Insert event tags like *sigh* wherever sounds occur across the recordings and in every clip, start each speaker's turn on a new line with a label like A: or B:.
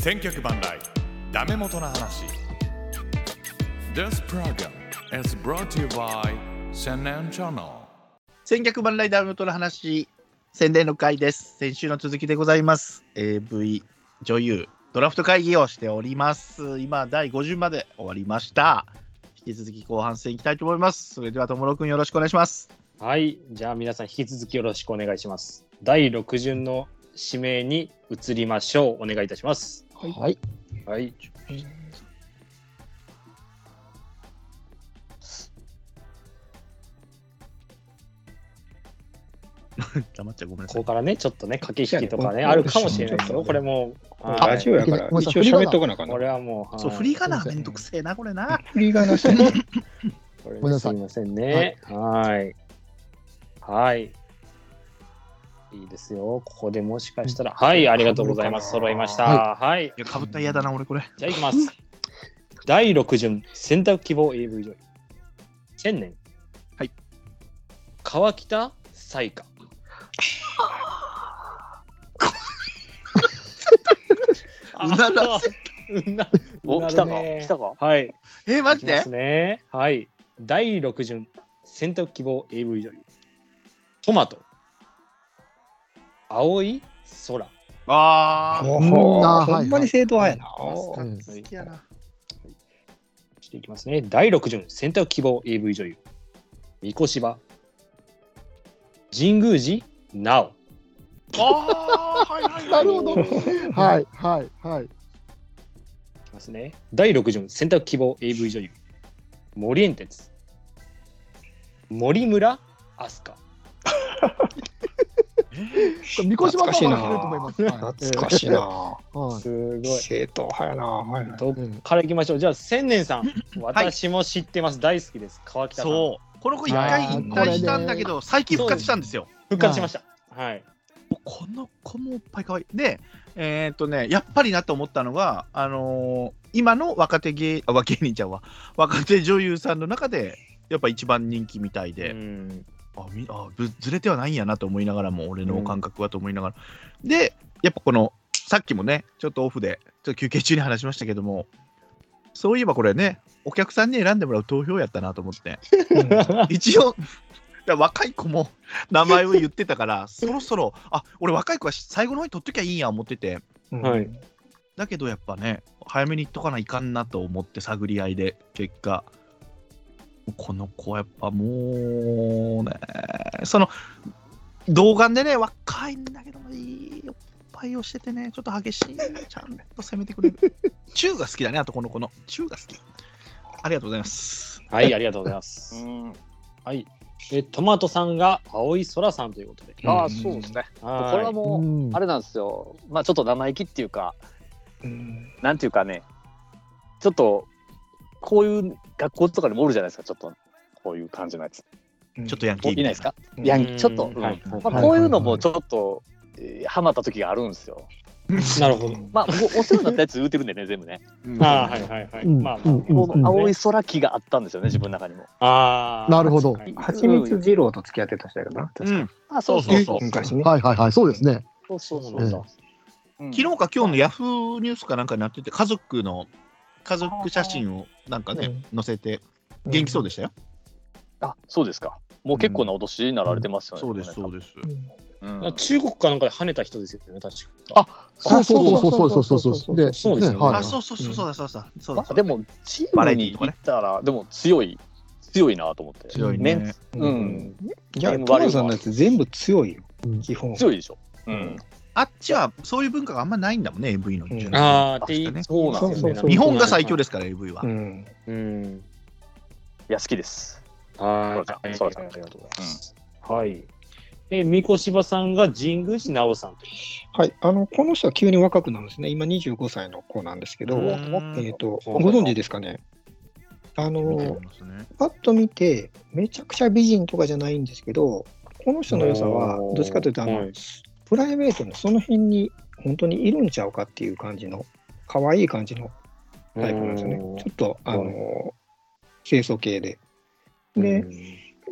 A: 千脚万来ダメ元の話 This program is brought to you by 千年チャンネル
B: 千客万来ダウントの話宣伝の会です先週の続きでございます AV 女優ドラフト会議をしております今第50まで終わりました引き続き後半戦いきたいと思いますそれではともろくんよろしくお願いします
C: はい、じゃあ皆さん引き続きよろしくお願いします。第6巡の指名に移りましょう。お願いいたします。
D: はい。
C: はい。
B: 黙っちゃごめんな
C: こ
B: さ
C: こ
B: い
C: からね、ちょっとね、駆け引きとかね、
D: いやね
C: あるかもしれないですよ。
D: こ
C: こ
D: れ
C: れもう、はい
D: ララ
C: は
D: ジ
C: い、
D: オ
C: こ
D: やから一応喋っとかなあかんな
C: れはもう、
B: そう
C: はい
B: 振り仮名めんどくせえなこれな
D: 振りがなし。
C: これ
D: ごめんな
C: す
D: さい
C: いませんね。はい。はい。いいですよ。ここでもしかしたら。はい、ありがとうございます。揃いました。はい。
B: いやかぶったら嫌だな俺これ
C: じゃあいきます。第6巡、選択希望 AV 女優。千年。
B: はい。
C: 川北彩花。
B: *laughs* うならせ
C: う *laughs* な
E: お、来たか来た
C: か。
E: か
C: はい。
B: えマ
C: い
B: ジ
C: きま
B: です
C: ね。はい。第6巡、選択希望 AV 女優。トマト。青い空。
B: あー
D: ほ
E: あー
D: ほんまに正統派や
B: 好
D: な。
B: きやな
C: していきますね。第6巡、選択希望 AV 女優。三越芝。神宮寺奈
B: あーはいはいはい
D: なるほどはい、はい、はい。
C: 緒。いきますね。第6巡、選択希望 AV 女優。森園哲。森村明日香。
D: これ、みこしば
F: 懐かしいな
D: と思います。
F: 懐かしいな。
D: は
C: すごい。
F: 正統派やな。はいはい
C: どっ
D: い。うん
C: からいきましょう。じゃあ、千年さん。私も知ってます。大好きです。川北さん。
B: そうこの子一回
C: あー
B: 引退したんだけど最近復活したんですよ
C: 復活しました。はい。
B: この子もいっぱい可愛い。で、えーっとね、やっぱりなと思ったのが、あのー今の若手芸、あ、若芸人ちゃんは、若手女優さんの中で、やっぱ一番人気みたいで、
C: うん
B: あみあぶずれてはないんやなと思いながらも、俺の感覚はと思いながら。で、やっぱこの、さっきもね、ちょっとオフで、ちょっと休憩中に話しましたけども、そういえばこれね、お客さんに選んでもらう投票やったなと思って、一応、だから若い子も名前を言ってたから、そろそろ、あ俺、若い子は最後の方に取っときゃいいんや思ってて、
F: うん
C: はい。
B: だけどやっぱね、早めに言っとかないかんなと思って、探り合いで、結果、この子はやっぱもうね、その、童顔でね、若いんだけども、いいおっぱいをしててね、ちょっと激しい、ちゃんと攻めてくれる。中が好きだね、あとこの子の。中が好き。ありがとうございます。
C: はい、ありがとうございます。はい。で、トマトさんが青い空さんということで。
F: ん
E: ああ、そうですね。
C: は
E: これはもう、
D: うん
E: あれなんですよ。まあ、ちょっと生意気っていうか、
F: うん
E: なんていうかね、ちょっと、こういう学校とかでもおるじゃないですか、ちょっと、こういう感じのやつ。
B: ちょっとヤンキー
E: いないですか
F: うん
E: ヤンキー、ちょっと、
C: うんはい
E: まあ、こういうのもちょっと、えーハマった時があるんですよ。
C: なるほど。
E: まあ、僕お世話になったやつ言うてるんでね、全部ね。
C: ああ、はいはいはい。
D: うん
C: まあ、ま
D: うん
E: この青い
C: い。
E: 空気があったんですよね、自分の中にも。
C: ああ。
D: なるほど
C: 確かに
F: 蜂蜜二郎と付き合ってた人やからな。確か
B: うん、
E: あ
B: そうそうそう。
F: 昔ね。
D: はい、はい、はい、そうですね。
E: そうそうそううんそう。うん
B: 昨日か今日のヤフーニュースかなんかになってて家族の家族写真をなんかね、載せて元気そうでしたよ、
E: あ、そうですか。もう結構なお年になられてますよね。
B: そうです
E: うん
C: 中国かなんかで跳ねた人ですよね、確か。
E: あ
D: そうそうそうそうそうそうそう。で、
C: そうですよね
D: はい
B: あそうそうそうそうだそうだそうだ
E: ま
B: そ
E: あ、
B: う
E: で
B: だ
E: も、チ
B: バラ
E: ーム
B: エティー
E: に
B: とか
E: 行
B: ね
E: ったら、でも強い、強いなと思って。
B: 強い
E: メ
B: ね
E: ンツうん、
F: いや、トマさんのやつ全部強いよ。基本。
E: 強いでしょ。うん。
B: あっちはそういう文化があんまないんだもんね AV の、
F: うん
C: ああ、っ
B: 確か
C: て言
B: ね
C: いそうなんですよ
F: そうそう
C: ね。
F: そう。
B: 日本が最強ですすから AV は、
F: うん。
C: うん。
E: いや、好きです。
C: はい
E: そう。です
C: そうですありがとうございます。はい。で、三越柴さんが神宮寺直さんという。
F: はい。あの、この人は急に若くなるんですね。今25歳の子なんですけど、
C: うん
F: えっと、ご存知ですかね。あ
B: 見て
F: の、
B: みますね
F: パッと見て、めちゃくちゃ美人とかじゃないんですけど、この人の良さは、どっちかというと、あの、
C: はい
F: プライベートのその辺に本当にいるんちゃうかっていう感じの、可愛い感じのタイプなんですよね。ちょっと、あ
C: は
F: の、清楚系で。
C: うん
F: で、、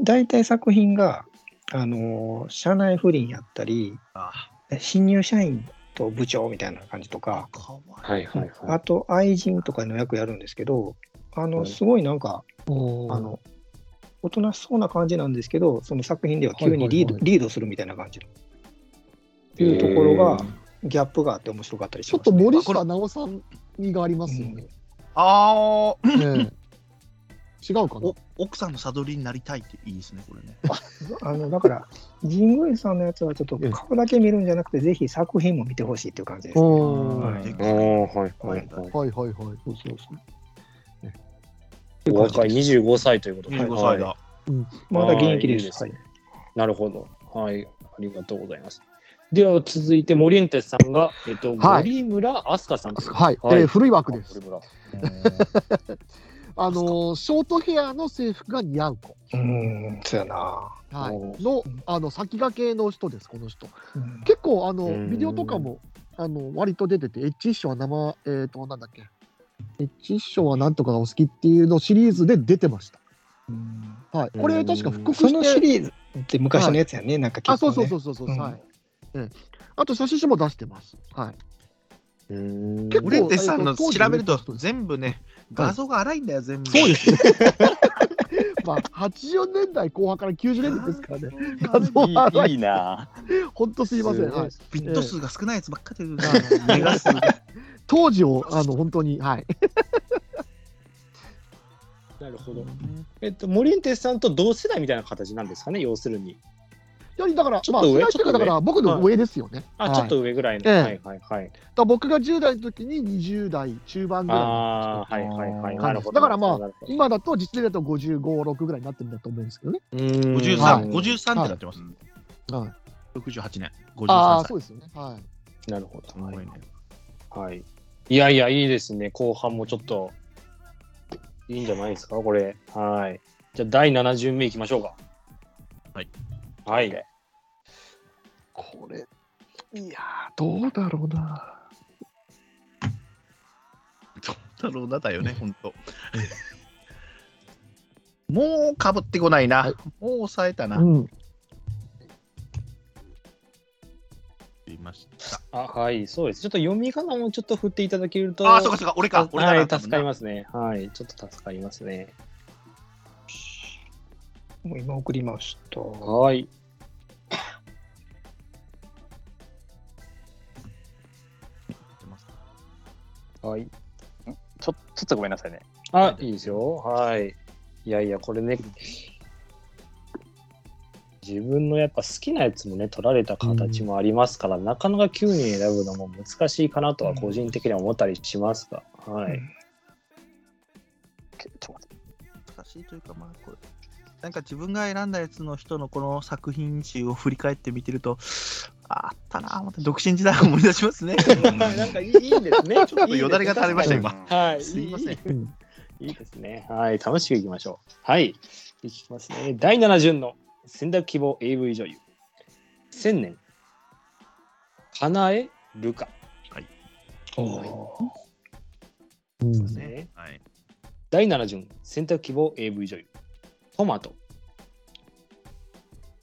F: 大体作品が、あの、社内不倫やったり、
B: あ
F: 新入社員と部長みたいな感じとか、
B: かわ
C: はいはいは
F: あと愛人とかの役やるんですけど、あ
C: は
F: の
C: い
F: すごいなんか、
D: あ
F: あのおとなしそうな感じなんですけど、その作品では急にリード,、
D: はいはい
F: リードするみたいな感じの
C: い。
F: っていうところが、ギャップがあって面白かったりし
D: ちょっ
F: ます
D: と
F: ね、
D: 森下奈緒さん味がありますよね。
B: あー
D: ねえ違うかな
B: お奥さんのサドリになりたいっていいですねこれね
F: あのだから、神宮さんのやつはちょっと
D: ええ
F: 顔だけ見るんじゃなくて、ぜひ作品も見てほしいっていう感じです、ね。
D: うん
F: は
D: はい
B: で
C: ああ、はいはいはい。
D: いはいはい。
F: そうそうそう
C: お若い25歳ということ
B: 25歳だ、
C: はい
F: まだ現役です。
C: あーいいです
F: はい
C: ねなるほど。はい。ありがとうございます。では続いて、森エンテスさんが、えっと、
D: はい
C: 森村飛鳥さんとうことで。
D: はい、えー古い枠です。
C: あ。
D: あのーショートヘアの制服が似合う子、
F: うーん、そうやな。
D: はい
C: おー
D: のあの先駆けの人です、この人。
F: うん
D: 結構あ
C: うー
D: の
C: ん
D: ビデオとかもあの割と出てて、エッチ一章は生、えー、となんだっけ、エッチ一章はなんとかがお好きっていうのシリーズで出てました。はい、こ
C: うー
D: れ
C: ん
D: 確か復刻
F: その
D: して、
F: シリーズって昔のやつやね、なんか
D: あ、
F: 結構、
D: そ
F: ね。
D: うそうそうそうそう、
F: うん
D: はい。うんあと写真集も出してます。はい。
C: うーん
D: 結構
B: オレンテさんの
D: えっと当時
B: 調べると全部ね画像が荒いんだよ全部
D: そうです。まあ80年代後半から90年代 *laughs* ですからね。画像は荒
E: いい
D: い。
E: な。
D: 本当すいません。
C: すごい
D: はい。
B: ビット数が少ないやつばっかり出てるな目が数が
D: 当時をあの本当にはい。
C: なるほど。えっと、森エンテスさんと同世代みたいな形なんですかね、要するに。
D: よりだから
C: ちょ
D: ま
C: っ
D: あ
C: と上
D: 世代っていう
C: ちょ
D: か
C: っと上
D: だから僕の上ですよね。
C: あ、
D: はい
C: ちょっと上ぐらいの。
D: ええ
C: はいはいはい。
D: だから僕が10代の時に20代中盤ぐらいの。
C: ああ、はいはいはい。
D: 感じ
C: なるほど。
D: だからまあ
C: なるほど、
D: 今だと実例だと55、6ぐらいになってるんだと思うんですけどね。
B: 53、
D: はい
B: 53ってなってます、
D: はい、
B: 68年
D: あ
B: 53
D: あ、
B: 歳
D: そうですよね。はい。
C: なるほ
B: すごいね
C: ど。はい。いやいや、いいですね。後半もちょっと、いいんじゃないですか、これ。はい。じゃあ、第7巡目いきましょうか。
B: はい。
C: はい。
D: これ、いやー、どうだろうな。
B: どうだろうなだよね、本当。 *laughs* もうかぶってこないな。もう抑えたな。
D: うん。
B: いました。
C: あ、はい、そうです。ちょっと読み仮名もちょっと振っていただけると。
B: ああ、そうかそうか、俺か。俺だ
C: は、
B: ない
C: 助かり
B: ま
C: ますね。はい、ちょっと助かりますね。
F: もう今送りました。
C: はい。
B: す。
C: はい。
E: ちょちょっとごめんなさいね。
C: あ、いいですよ。はい。いやいや、これね、自分のやっぱ好きなやつもね、取られた形もありますから、なかなか9人選ぶのも難しいかなとは個人的には思ったりしますが、はい。
E: けちょっと待って
B: 難しいというか、まあ、これ。なんか自分が選んだやつの人のこの作品集を振り返って見てると、ああったな、また独身時代を思い出しますね。
C: *laughs* なんかいい *laughs* いいですね。ちょ
B: っとよだれが垂れました今 *laughs*
C: はい。
B: すいません
C: いい。いいですね。はい。楽しくいきましょう。はい。いきますね。第7巡の選択希望 AV 女優。千年。かなえるか。
F: おー
C: ですね。
B: はい。
C: 第7巡選択希望 AV 女優トマト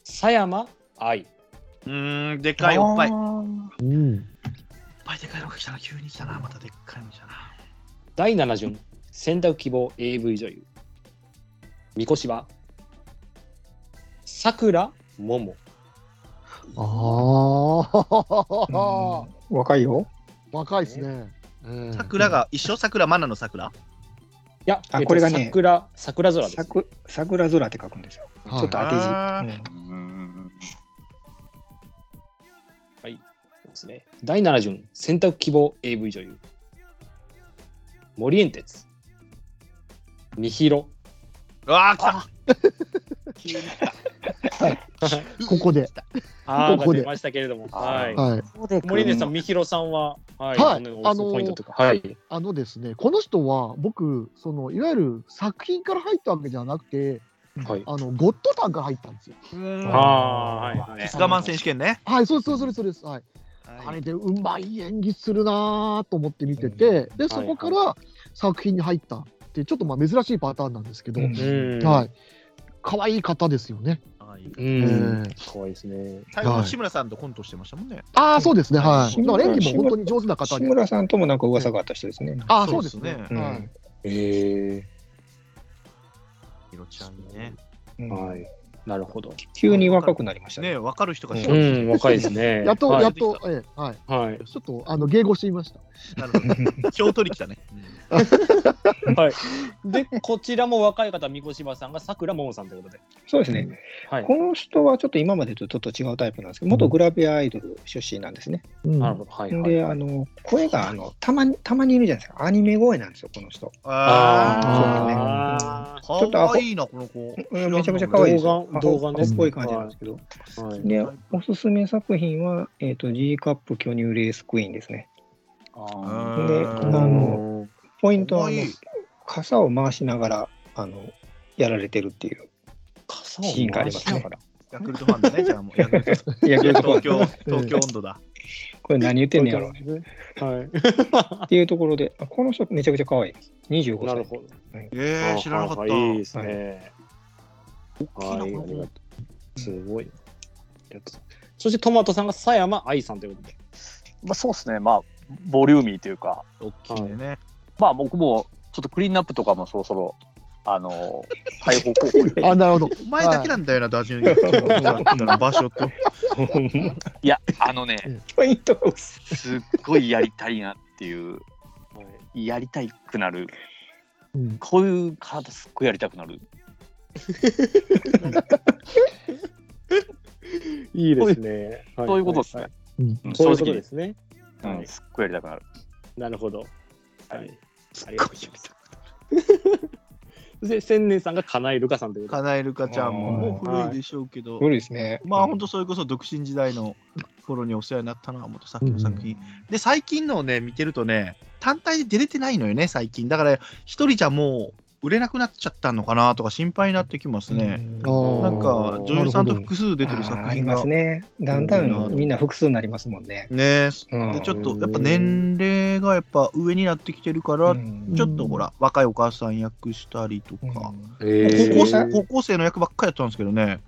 C: 狭山愛
B: うーん、でかいおっぱい。
F: あ
B: おっ
F: ー
D: うん。
B: ぱいでかいのが来たな、急に来たな、またでっかいの来たな。
C: 第7巡選択希望 AV 女優三越はさくらもも
D: ああ、
F: うん若いよ。
D: 若いですね。うん
B: 桜が、一生桜、マナの桜。
C: いやえ
F: あ
C: っと
F: これがね
C: 桜桜空です
F: 桜桜空って書くんですよ。
D: はい
F: ちょっと当て字。
B: あー
F: うん
C: ですね第7巡選択希望 AV 女優森エンテツみひろ
B: うわあ、来た。
D: ここで。
C: あー
D: こ
C: が
D: こで
C: 出ましたけれどもはい
D: はい。
C: 森根さん、みひろさんは、はい
D: はい
C: あの
D: あのー
C: ポイントとか、はい。
D: あのですね、この人は僕、そのいわゆる作品から入ったわけじゃなくて、
C: はい。
D: あのゴッドタンから入ったんですよ。
C: あー、はい、はい
B: キス我慢選手権ね。
D: はい、そうですそうですそうです。はい。あ
B: は
D: れでうまい演技するなーと思って見てて、でそこから作品に入ったっていうちょっとまあ珍しいパターンなんですけど、
F: うん
D: はい。可愛い方ですよね。
B: い。いい。
C: うん。
D: ええ
C: 怖いですね。
B: 最後、志村さんとコントしてましたもんね。
D: ああ、そうですね。は
F: 志
D: い。だ
F: 村
D: から演技も本当に上手な方
F: 志
D: で。
F: 村さんともなんか噂があった人ですね。
D: ああ、そうですね。
F: うん
D: はい
C: え
B: ヒロちゃんにね。
F: うん
C: えはい。なるほど。
F: 急に若くなりましたね。
B: ね分かる人が知
C: う
B: る。
C: ん、若いですね。
D: *laughs* やっと、
C: はい
D: やっと、ええはい。
C: はい。
D: ちょっと、あの、迎合していました。
B: なるほど。票取り来たね。
C: はい。で、こちらも若い方、三越柴さんがさくらももさんということで。
F: そうですね。
C: はい。
F: この人はちょっと今までとちょっと違うタイプなんですけど、元グラビアアイドル出身なんですね。
D: うん
C: なるほど。はい、はい。
F: で、あの声があのたまにたまにいるじゃないですか。アニメ声なんですよ、この人。
B: あ
C: あ
B: あ。かわいいな、この子。
F: うんめちゃめちゃ可愛いですよ。
C: 童顔童顔です
F: っぽい感じなんですけど。
C: あ。はい
F: で、おすすめ作品は、えっ、と、G カップ巨乳レースクイーンですね。
C: あ
F: で
C: ー
F: あの、ポイントは
B: か
F: あ
B: わ
F: の
B: いい
F: 傘を回しながらあのやられてるっていう
C: 傘
F: シーンがあります
C: *laughs* 回しなが。
F: ね
C: ら
B: ヤクルトファンだね、じゃあもう。ヤクルト
F: い
B: 東
F: や、
B: 京
F: 東京、
B: 東京温度だ。
F: *laughs* これ何言ってんねやろ
C: はい。
F: っていうところで、あこの人めちゃくちゃ可愛いです。25歳。
C: なるほど。
B: ええ、知らなかった。
C: はいはいいいですね。はい、ありがとう。すごい。ありがとうそしてトマトさんが佐山愛さんということ *laughs* で。
E: まあ、そうですね、まあ、ボリューミーというか、
B: 大きいね。
E: まあ、僕もちょっとクリーンナップとかもそろそろ、あのー、開放候補
D: *laughs*
E: に
D: あ、なるほど。
B: お前だけなんだよな、ダジュン。場所と。
E: いや、あのね、
F: ポイントが薄い
E: すっごいやりたいなっていう、やりたいくなる、
D: うん
E: こういう体、すっごいやりたくなる。
C: いいですね。は
E: そういうことですね。
D: うん
E: ん
C: そういうこ
E: 正
C: と
E: 直
C: ですね。
E: うん
C: はい
E: すっごいやりたくなる。
C: なるほど。はい。ありがとうございます
E: す。
C: で、 *laughs* 千年さんが金井ルカさんということ
B: カナエルカちゃんも、もう古いでしょうけど。
F: 古いですね。
B: まあ本当それこそ独身時代の頃にお世話になったのは元さっきの作品、で最近のをね見てるとね単体で出れてないのよね最近だから一人じゃもう売れなくなっちゃったのかなとか心配になってきますね、
D: あ
F: う
D: ー
F: ん
B: なんか女優さんと複数出てる作
F: ああり
B: 品
F: ま
B: が
F: す
B: ね
F: ね。だんだんみんな複数になりますもんね。
B: え
F: うん
B: でちょっとやっぱ年齢がやっぱ上になってきてるから、
F: うん
B: ちょっとほら若いお母さん役したりとか、
F: う
B: 高校生
F: へー
B: 高校生の役ばっかりやったんですけどね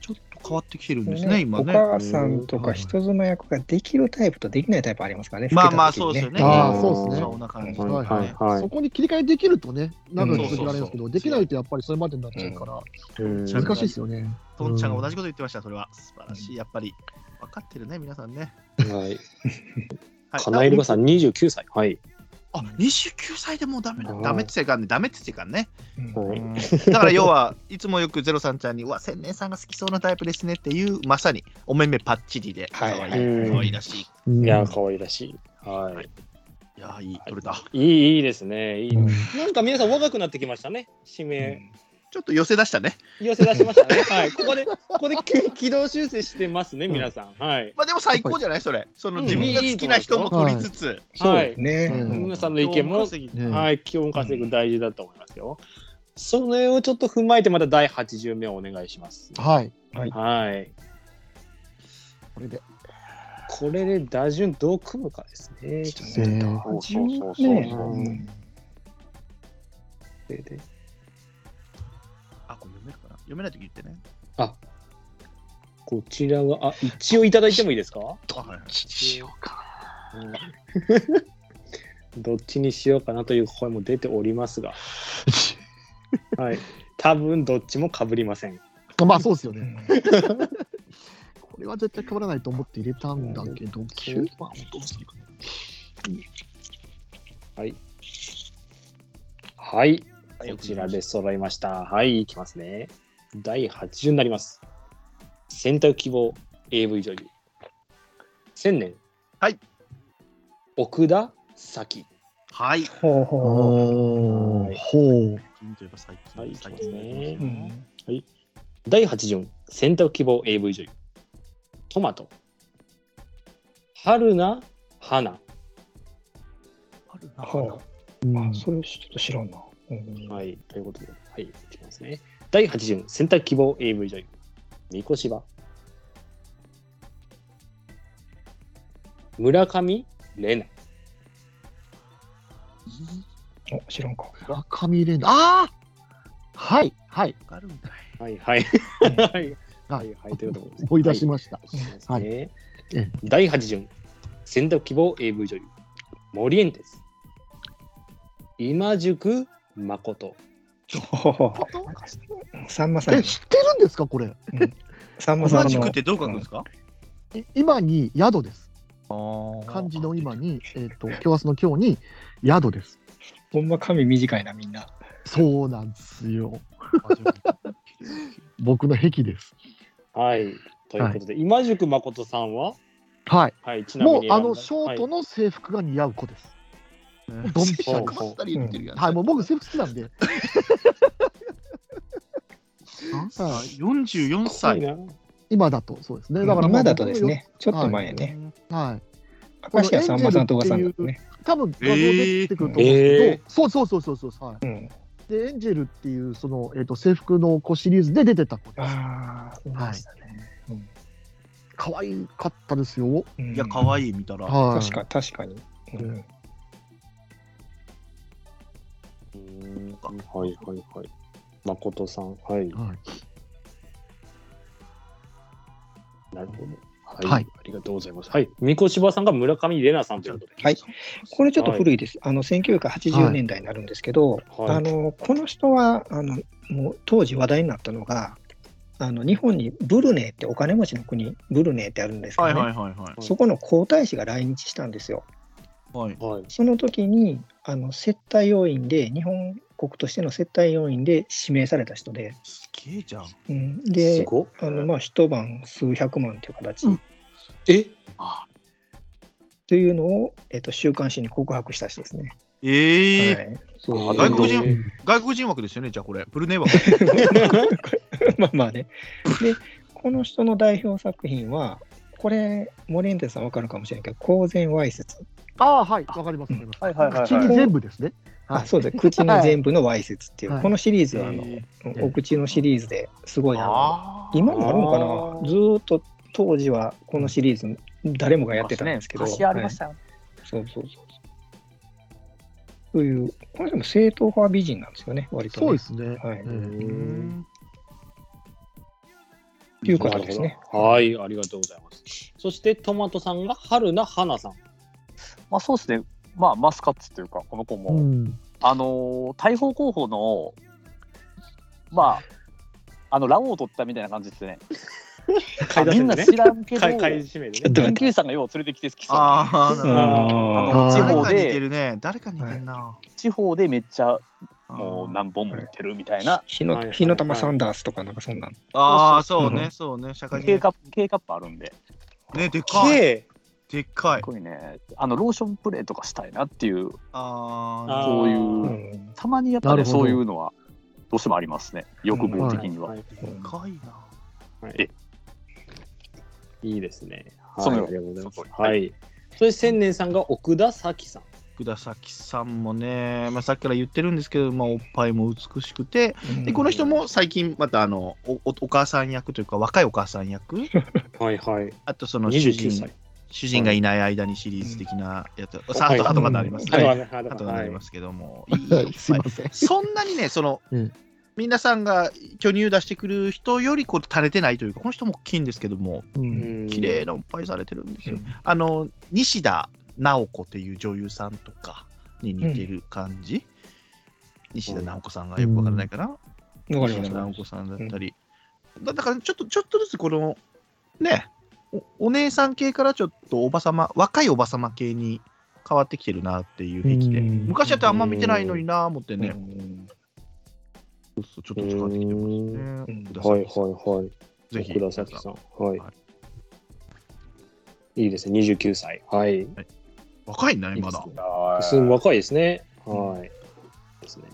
B: ちょっと変わってきてるん
F: ん
B: ですね今ね
F: お母さんとか人妻役ができるタイプとできないタイプありますからね。
B: まあまあ
F: 老けた
B: そ
F: 時
B: うです
F: に
B: よね。
D: ああそうですね
B: そんな感じ。
D: はい
B: は
D: はいい
B: は。
D: はい
C: は
D: そこに切り替えできるとね、長く続けられるんですけ
B: う
D: ど、
B: ん
D: できないとやっぱりそれまでになっちゃうから、
C: い。うん
D: 難しいですよね。
B: とんちゃんが同じこと言ってました。それは素晴らしい。やっぱり分かってるね皆さんね。
C: はい。
B: はい
C: 金井ルカさん二十九歳。はい。
B: あ、29歳でもうダメだ。ダメって言っちゃいかんね。ダメって言っちゃいかんね。
F: うん
C: はい
B: だから要はいつもよくゼロさんちゃんに、うわ、千年さんが好きそうなタイプですねっていう、まさにお目目パッチリで、可
F: は
B: 愛
F: い
B: い、可愛いらしい。
D: うん
C: いや、可愛らしい。はい。
B: いやー、いい、取れた。
C: いい、いいですね。いい。なんか皆さん若くなってきましたね。指名。
B: ちょっと寄せ出したね。
C: 寄せ出しましたね。はい。ここで、ここでき軌道修正してますね、皆さん。はい。
B: まあでも最高じゃないそれ。その自分が好きな人も取りつつ、
F: そうですね。
D: はい
F: うん
C: 皆さんの意見も、
D: ね
C: はい、気温稼ぐ大事だと思いますよ。それをちょっと踏まえて、また第80名をお願いします。
D: はい。
C: はい。
D: これで。
C: これで打順どう組むかですね。ちょっと
D: ね
E: そうそうそうそう
F: ね
C: うん
F: でで
B: あ、これ読めるかな読めないとき言ってね。
C: こちらは、あ、一応いただいてもいいですか
B: しようか。
C: どっちにしようかなという声も出ておりますが、はい。多分どっちも被りません。
D: *laughs* まあそうですよ
F: う
D: ね。
F: ん
D: これは絶対変わらないと思って入れたんだけど、9番をどうするか
C: はい。こちらで揃いました。はい、いきますね。第80になります。選択希望 AV 女優。千年。
B: はい。
C: 奥田咲。
B: はい。
F: ほうほうほ
D: おーほう。
B: 近といえば最近。
C: はい
B: 最
C: そうですね
F: う。うん
C: 第80選択希望 AV 女優。トマト。春菜花。
B: あるな。
F: は
D: うん
F: ああ、それちょっと知らんな。うん
C: はい、ということで、はい、いきますね。第80選択希望 AV 女優。三越芝。村上玲奈。
F: お知らんか。
D: 村上玲奈。ああはい、はい。
B: わかるんかい。
C: はいはい。
F: うん
C: *laughs* はいは
D: はい
C: はい。ということで
D: 思い出しました。
C: は
D: はいい
C: え
D: え
C: ー。第8巡、選択希望 AV 女優、森エンテス。今宿誠。
F: さんまさん
D: え、。知ってるんですか、これ。
F: さんまさ
B: 同
F: ん
B: じく
F: の
B: っ。てどう書くんですか
D: い今に宿です。
B: 漢
D: 漢字の今に、えっ、と、今日明日の今日に宿です。
F: ほんま髪短いな、みんな。
D: そうなんですよ。 *laughs* 僕の癖です。
C: はい。ということで、今宿誠さんは、
D: はい。
C: はい、ちなみ
D: もう
C: に選んだ。
D: あのショートの制服が似合う子です。ドンピシャです。
C: の。
G: 人言ってるやん。
D: はい、もう僕制服好きなんで。はい
B: 44
C: はい
B: 歳。
C: な。
D: 今だとそうですね。だからまあ
F: 今だとです。ね、ちょっと前やね。
D: 僕のはい。
F: 明石家さんまさんとおばさんだとね。
D: 多分画像出てくると思うん
C: え
D: で
C: ー
D: すけど、そうそうそうそうそう。はい。
F: うん。
D: でエンジェルっていうそのえっ、と制服の子シリーズで出てた子です。
F: ああ、そうでしたね。
D: 可愛かったですよ。
F: うん
B: いや、可愛い、見たら。
D: はい。
F: 確か、確かに。うん
C: うんはいはいはい。誠さん、はい。
D: はい
C: なるほど。
D: はい。
C: ありがとうございます。はい。三越柴さんが村上玲奈さんということで。
F: はい。これちょっと古いです。あの1980年代になるんですけど、
C: はい
F: あのこの人はあのもう当時話題になったのが、あの日本にブルネイってお金持ちの国ブルネイってあるんですけど、
B: はい
F: ね
B: はいはいは
F: そこの皇太子が来日したんですよ。
B: い。はい。
C: はい。
F: その時にあの接待要員で日本国としての接待要員で指名された人で、
B: すげえじゃん。
F: うん、
C: す
F: で
C: ごっ
F: あのまあ一晩数百万という形
C: え
F: というのを、えっと、週刊誌に告白した人ですね。
B: ええ
F: は
B: ー。
F: い、そう
C: あ
B: 外国人
C: え
B: 外国人枠ですよね、じゃあこれ。ブルネイ枠。
F: *laughs* まあまあね。で、この人の代表作品は、これ、モリエンテさんわかるかもしれないけど、公然わいせつ。
D: ああはい、わかりますわかります。
E: はいはいはい
D: 口に
E: はい。
D: 全部ですね。は
F: あ、
D: い。
F: そうです。口の全部のわいせつっていう、
D: はい
F: このシリーズは、あの、
C: ー
F: お口のシリーズですごいな。
B: あー
F: 今もあるのか
C: あー
F: なずーっと当時はこのシリーズ、誰もがやってたんですけど。
E: 昔ありましたよ。
F: はいそうそうそう。という、この人も正統派美人なんですよね、割とね、
D: そうですね。
F: はい。
D: ええ
C: うん
F: ということですね。
C: はい、ありがとうございます。そしてトマトさんが春菜花さん。
E: まあそうですね。まあマスカッツっていうか、この子も。
D: うん。
E: あのー大砲候補の、まあ、あの、卵を取ったみたいな感じですね。
C: 買い出
E: み
C: し
E: ん
C: ね
E: な知らんけど、
C: 買い買い占
E: 研
C: めで
F: ちょっ
C: ね。
F: と待っ
E: 究
F: て
E: 員さんがよう連れてきて好きそうな
B: あ
C: ん
B: あ、
E: あ
F: あ
E: の
D: ー
E: 地
B: 誰
E: 方
B: か似て
E: で、
B: るね。誰か似てるな。
E: 地方でめっちゃ
B: あー
E: もう何本も売ってるみたいな、
F: 火
C: はいはい
F: の
C: はい
F: 火の玉サンダースとかなんかそんなん。
B: ああ、そう
F: う
B: ね、
F: ん
B: そうね。社会人
E: 軽カップ、軽カップあるんで、
B: ね、でっかい。
C: K
B: でっかい
E: す。ごいね、あの、ローションプレイとかしたいなっていう、
B: あ
C: あー
B: あ、
E: そういうう、
F: ん
E: たまにやっ
D: な
E: ぱ
D: る
E: り
D: ほど
E: そういうのは、どうしてもありますね、欲望的には。
C: はい
B: でっかいな。
C: はいいいですね。はい、
E: その
C: あ
E: よう
C: りがとうございます
E: そ。こ
C: はい。そして千年さんが奥田咲さん。
B: 福田咲さんもね、まあ、さっきから言ってるんですけど、まあ、おっぱいも美しくて、でこの人も最近またあのおおお母さん役というか若いお母さん役
C: はいはい。
B: あとその主
C: 29
B: 人
C: 歳。
B: 主人がいない間にシリーズ的なやつ、さ
C: はい
B: あとハトがなります
C: あ
B: ね、
C: と
B: は、
C: はいね、あと
B: ハトが
C: は
B: なり
C: ね
B: ますけども、い、いおっぱい
D: すいません。
B: そんなにねその、
D: うん
B: 皆さんが巨乳出してくる人よりこう垂れてないというかこの人も大きいんですけども
D: う。
C: うんん
B: 綺麗なおっぱいされてるんですよ、
F: うん
B: あの西田直子っていう女優さんとかに似てる感じ、西田直子さんがよくわからないかな、
F: わか
B: 西
F: りま
B: 田
F: した
B: 直子さんだったり、だだからちょっとちょっとずつこのねおお姉さん系からちょっとおばさま若いおばさま系に変わってきてるなっていう域で、
F: うん
B: 昔だってあんま見てないのになぁ思ってね、
F: うん
B: そうそうちょっと使ってきてます
C: う
B: ね
F: うん。
B: くださ
C: はいはいはい。
B: ぜひ。
C: 奥田咲さん。はい。
B: はい
C: いいですね、29歳。はい。
B: 若いね、
C: いいで
B: ますだ。
C: ねすごい若いですね。はい。ですね。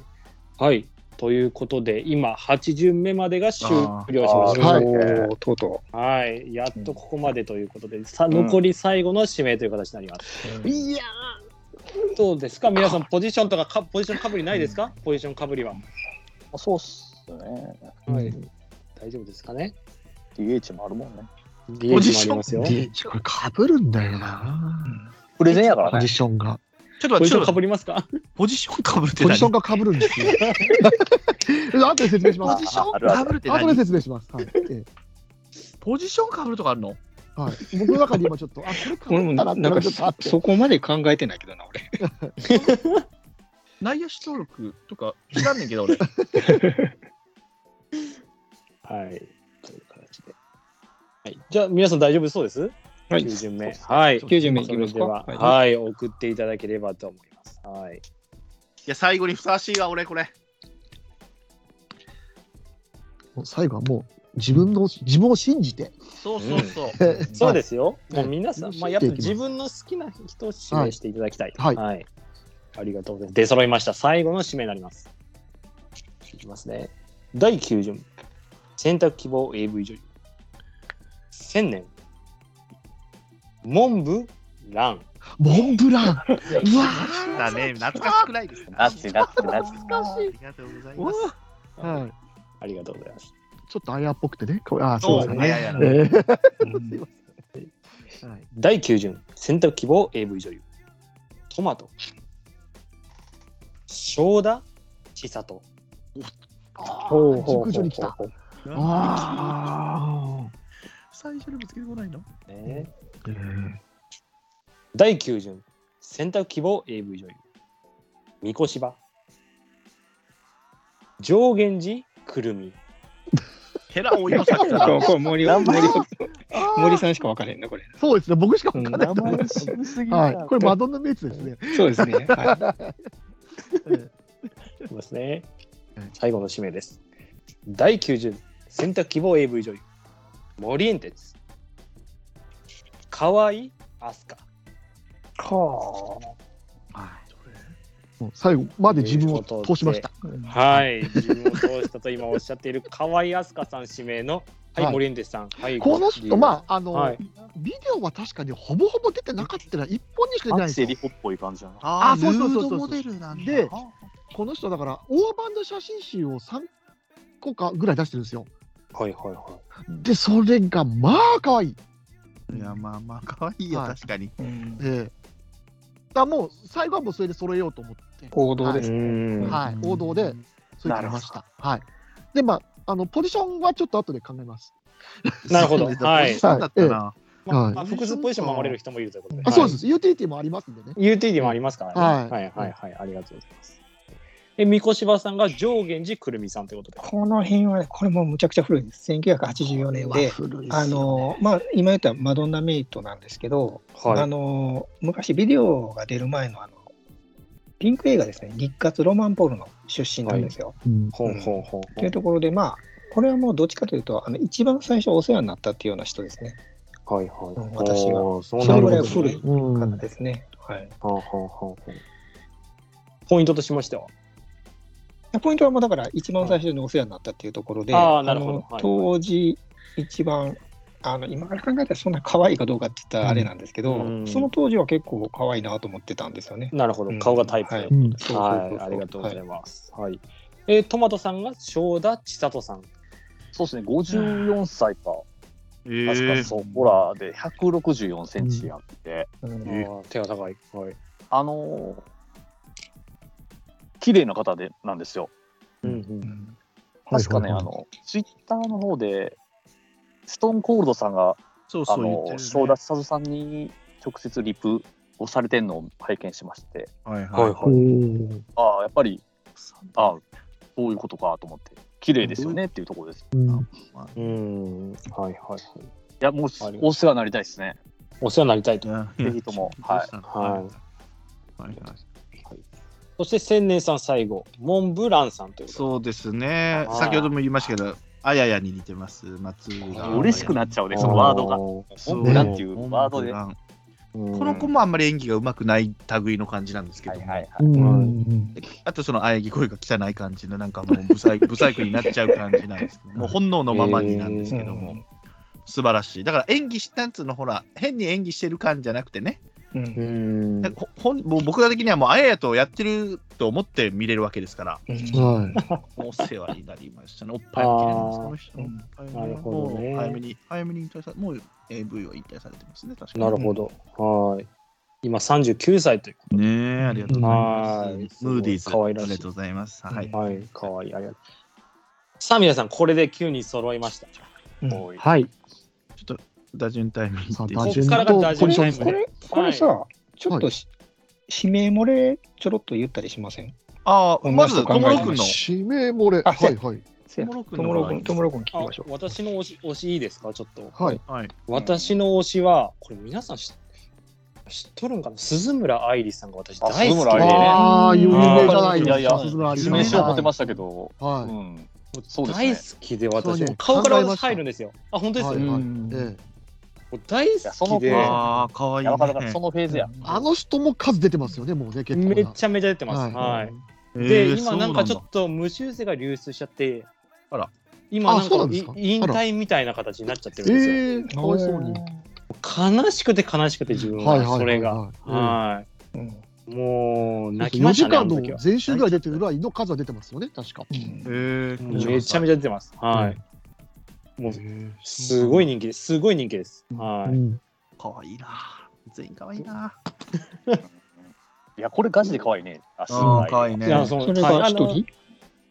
C: はい。ということで、今、8巡目までが終了しまし
E: あ
C: た。
E: ー
C: は
E: はいい
F: おーとうと
C: はい。やっとここまでということで、さ残り最後の指名という形になります。
F: う。
D: いや
C: どうですか皆さん、ポジションとかか、ポジションかぶりないですかポジションかぶりは。
E: そうっすね。
C: はい。大丈夫ですかね
E: DH もあるもんね。
C: リエ
B: ジ
C: ジもあ
B: ション
C: りますよ。
D: ー。で、これ被るんだよな。
E: プレゼンやか
D: ポ
E: らね
D: ジ。ションが。
B: ちょっと
C: ポ
B: 待って、
C: ジシ
B: ちょ
C: ョ
B: っ
C: ン
B: と
C: か
B: 待って
C: ぶりますか
B: ポジションかぶるって
D: ポジ
B: 何
D: ションがかぶるんですよ。後で説明し
B: ポ
D: ます
B: ジ。ショ
E: あ
B: ン
E: るある
B: かぶるって
D: 後で
B: 何
D: 説明します。はい。え
B: ポジションかぶるとかあるの
D: えはい、僕の中で今ちょっと、あ、これか
F: 俺
D: ぶ
F: も
D: った
F: な
D: なって
F: なんか
D: ちょっとあって。
F: そこまで考えてないけどな、俺。
B: 内野手登録とか知らんねんけど *laughs* 俺。
C: はい。という形で。はい、じゃあ、皆さん大丈夫そうです
F: はい
C: 9巡目。はい。
F: 9巡目い
C: そ
F: き
C: れ
F: ます
C: で
F: か。
C: は、はい、
F: は
C: 送っていただければと思います。はい。
B: いや、最後にふさわしいわ、俺、これ。
D: もう最後はもう、自分の、自分を信じて。
B: そうそうそう。
C: そうですよ。
D: はい
C: もう皆さん、
D: はい
C: まあ、やっぱ
D: 知っていきます
C: 自分の好きな人を指名していただきたい。
D: はい
C: ありがとうございます。出揃いました。最後の指名になります。いきますね。第9巡。選択希望 AV 女優。千年。文部蘭。
D: モンブラン。うわ
B: だね、懐かしくないですか。
E: なっちなっちなっち。
B: ありがとうございます。
D: ーはい。
C: ありがとうございます。
D: ちょっとあやっぽくてね。これあ、そうで
B: そ
D: す
B: ういやい
D: ね
B: や。
D: ええ
C: 第9巡。選択希望 AV 女優。トマト。正田千里。
D: あ
C: ほうほ
D: ー
C: うほうほう
D: 熟女に来た。あ
B: 最初にぶつけてこないの
C: ね
D: あ。
C: 第9巡選択希望 AV 女優三越芝上限時くるみ
B: ヘラ多いのさっ *laughs* きか
F: こ
B: ら
F: う。こう森
E: 名
F: 森
E: 前
F: さん
D: あー
F: 森さんしか分からへんな、これ。
D: そうですね。僕しかわかんないと思い
E: 前
D: ます。
E: 渋すぎ
D: はい。これマドンナのやつですね。
F: そうですね。はい
C: ますね
D: うん
C: 最後の指名です第9巡選択希望 AV 女優森エンテツ河合飛鳥
D: もう最後まで自分を
C: ということで
D: 通しました。
C: はい自分を通したと今おっしゃっている *laughs* 河合飛鳥さん指名のはい、
D: はい
C: 森エンテツさんはい
D: この人、まあ、あの、
C: はい
D: ビデオは確かにほぼほぼ出てなかったら、一本にしか出て
E: ア
D: ないん
E: ク
D: です
E: セ
D: よ
E: リホっぽい感じやな。
B: あ
D: あそうそうそうそう
B: ヌードモデルなんだ
D: でこの人、だから、オーバンド写真集を3個かぐらい出してるんですよ。
C: はいはいはい
D: で、それが、まあ、可愛い
B: いや、まあまあ、可愛いよ、
D: はい
B: 確かに。
F: うん
D: ええだからもう、最後はもうそれで揃えようと思って、
F: 王道です
C: う
F: ね。
C: ん
D: はい、
F: うん
D: 王道で、それ決めました。はい。で、まあ、あの、ポジションはちょっと後で考えます。
C: なる
D: *laughs*
C: ほどはい
B: *laughs* そうだったな。
C: まあ
D: はい
C: まあ、複数ポジション守れる人もいるということで。
D: あ、そうです。UTT もありますんでね。
C: はい。UTD もありますからね。は
D: はい
C: はい
D: い
C: はいはい。ありがとうございます。え、三越柴さんが上元寺くるみさんということで。
F: この辺はね、これもうむちゃくちゃ古いです。1984年で、
D: 古いっすよね
F: あの、まあ、今言ったマドンナメイトなんですけど、あ
C: は
F: の、昔ビデオが出る前の、あの、ピンク映画ですね、日活ロマンポールの出身なんですよ。
D: うん
C: い。ほうほうほう
F: と
C: ほ
F: いうところで、まあ、これはもうどっちかというと、あの一番最初お世話になったっていうような人ですね。
C: う。はいはい
F: うん私が
C: おーそう
F: そ
C: な
F: の
C: る
F: ぐ
C: ほ
F: らい
C: ど、
F: 古い
C: ね。
F: 方
D: うん
F: ですね。はい。
C: ほうほうほうほうポイントとしましては。
F: ポイントはもうだから一番最初にお世話になったっていうところで、
C: あーなるほど
F: あの
C: はい
F: 当時一番あの今から考えたらそんな可愛いかどうかって言ったらあれなんですけど、
C: うん
F: その当時は結構可愛いなと思ってたんですよね。
C: なるほど
F: う。ん
C: 顔がタイプ
F: は
C: で
F: い。
D: うん
F: そうそうそう
C: は
F: そ
C: い。ありがとうござい
F: は
C: ます。はい。えー、トマトさんが正田千里さん。
E: そうですね、54歳か。
B: え
E: 確かそう、ホラーで164センチあって、
F: うん
C: あー手が高い。はい。
E: あのー、綺麗な方でなんですよ。
C: うんう。
F: うんん
E: 確か
D: は
E: ね、
D: い
E: あ
D: はい
E: の、ツイッターの方で、ストーンコールドさんが、
B: そう
E: あ
B: そう言っ
E: の
B: てる、ね。
E: 正田千里さんに直接リプをされてんのを拝見しまして、
B: はい
C: はい
B: は
D: お
C: はい。
D: ー
E: ああ、やっぱり、ああ、そういうことかと思って、綺麗ですよねっていうところです。
D: うん
C: うん。はいはいはい。
E: いや、もう
C: ありがとう
E: お世話になりたいですね。
C: お世話になりたいと。
B: い。
E: ぜひともはい
B: い
C: はい
B: はいはい。
C: そして千年さん最後、モンブランさんということで
B: そうですね
C: あ。ー
B: 先ほども言いましたけど、あややに似てます。松浦。
E: 嬉しくなっちゃうね、そのワードが。
C: こ
B: そう
E: モ
D: ンブラ
E: ンっていうワードで
B: モンブランこの子
C: も
B: もあんまり演技がうまくない類の感じなんですけ
E: は
B: ど
E: い
B: も、
E: はいはい。
D: うん
B: あとその喘ぎ声が汚い感じのなんかもう不細不細工になっちゃう感じなんですけ
C: *laughs*
B: どもう本能のままになんですけども、素晴らしいだから演技しなんつうのほら変に演技してる感じゃなくてね、
F: うん
C: う
F: うん
C: ん
B: なんかほほんもう僕ら的にはもうあややとやってると思って見れるわけですから
D: はい。
B: もうお世話になりましたねおっぱいも綺麗なんですこの人おっぱいも
C: なるほどね
B: もう早めに早めに引退さもう AV を引退されてますね確かに
C: なるほど。はい。今39歳という。
B: ねえ、ありがとうございます。
C: はい
B: ムーディーズ。
C: 可愛らしい
B: ありがとうございます。はい。
C: はい、かわいい。ありがとうさあ、皆さん、これで9人揃いました。
F: うん
C: おい
D: はい。
B: 打順タイムに行って
D: さあ打
C: こ
D: 順
C: っからが打
F: こ
C: 順タイ
F: れこ
C: ムで。
F: れこれさ、ちょっとし、指名漏れちょろっと言ったりしません
B: ああ、まず、
F: こ
B: と
F: ん
B: も
F: な
B: ろく
F: 人考え
B: ん
F: て
B: の
F: ま。
D: 指名漏れ。
F: あ
D: はいはい。
F: せや
B: トモロ君
F: トモロ君、トモロ君聞き
C: あ
F: ましょう。
C: 私の推し推しいいですかちょっと。
D: はい。
B: はい。
C: 私の推しは、これ皆さん知知っとるんかな鈴村愛理さんが私
E: あ
C: 大好き
E: 鈴村愛理ね
C: で、
D: ああ、有名じゃない
E: いやいや
D: 鈴村ありさ
E: 指
D: ん
E: 名しよう思ってましたけど、う
D: はい。
E: ん、そうです
C: 大
E: ね
C: 好。きで私、
D: そうね
C: 顔から
D: 考えま
C: 私
D: した
C: 入るんですよ。あ、本当です、
D: はい
C: も
F: うん
D: ええ
C: う大
E: やその
C: 好きで、
E: 子は
B: ああ、かわいい、
E: いや、わかるわかる
B: ね
E: そ。のフェーズや。
D: あの人も数出てますよね、もうね、結構な。
C: めちゃめちゃ出てます。
D: は
C: はいい。
B: え
C: で、
B: ー
C: 今なんかちょ
B: そう
C: っと無修正が流出しちゃって、
B: あら
C: 今な
D: あ
C: ん
D: そうな
C: か
D: んですか
C: い引退みたいな形になっちゃってるんですよ。
D: ええかわいそうに。
C: 悲しくて悲しくて自分
D: はいはいはいは
C: は、
D: い
C: それが。
D: うん
C: はい。
F: うん
C: もう、泣き
D: 4
C: まし
D: 時
C: たね、あ
D: 間
C: の
D: の
C: 時は。
D: 前週ぐらい出てるぐらいの数は出てますよね、確か。
F: うん
B: えー
C: もうめちゃめ
B: ち
C: ちゃ出てます。はい。もう、すごい人気です。すごい人気です。は
D: う
C: い。
D: ん
B: ゃ。かわいいな。全員かわいいな。
E: いや、これガチで可愛いね。あ、す
B: うん、か
E: ご
B: わ
E: い。
B: いいね。
C: いやそ
B: は
C: の
F: それ
C: はい
F: が
C: あ
F: 一
C: の
F: 人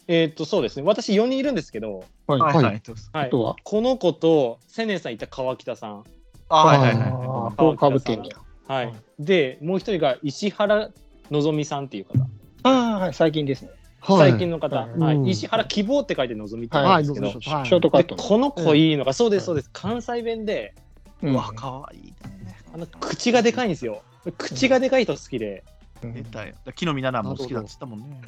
C: えーっと、そうですね。私4人いるんですけど、
F: はい。
B: いは。
D: はい
C: は
F: あ
C: い。
F: とは
C: この子と、千年さんいた川北さん。
B: あはいはいはい。
F: ああ、こうかぶってんねや。
C: は
F: はい
C: い。で、もう一人が石原のぞみさんっていう方。
F: ああ、はい、最近ですね。
D: はい
C: 最近の方、
F: はい
C: はい
D: うん
C: 石原希望って書いてのぞみって言うん
D: はい、
C: で
D: ど
C: す
D: う
C: けど、
D: ぞどうぞ。はい
F: ショートカットの。
C: この子いいのが、そうで
F: はい
C: すそうです関西弁で
F: う
B: うんわ、かわいいね。
C: あの口がでかいんですよ口がでかい人好きで、
B: 出たよ。木の実奈々も好きだっつったもんね。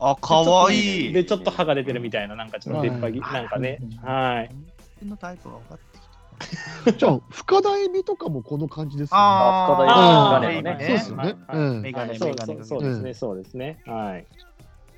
B: あ、か
C: 可
B: わ
C: 愛
B: いい。
C: でちょっと歯が出てるみたいななんかちょっと出っ歯ぎ、
B: はい
C: なんかね
F: うん
C: はい
B: 自分のタイプが分かってきた。
D: じゃあ、深田恵美とかもこの感じですよね。
E: あ
C: ー
B: 深田
E: あー
B: ね。
D: そうですよね。
C: は
D: う
C: い
D: ん
B: メ
C: は
B: ガ
C: い
B: ネ、
C: そう
B: メガネ。
C: そうそうです
D: う
C: ね
D: ん
C: そうですねはい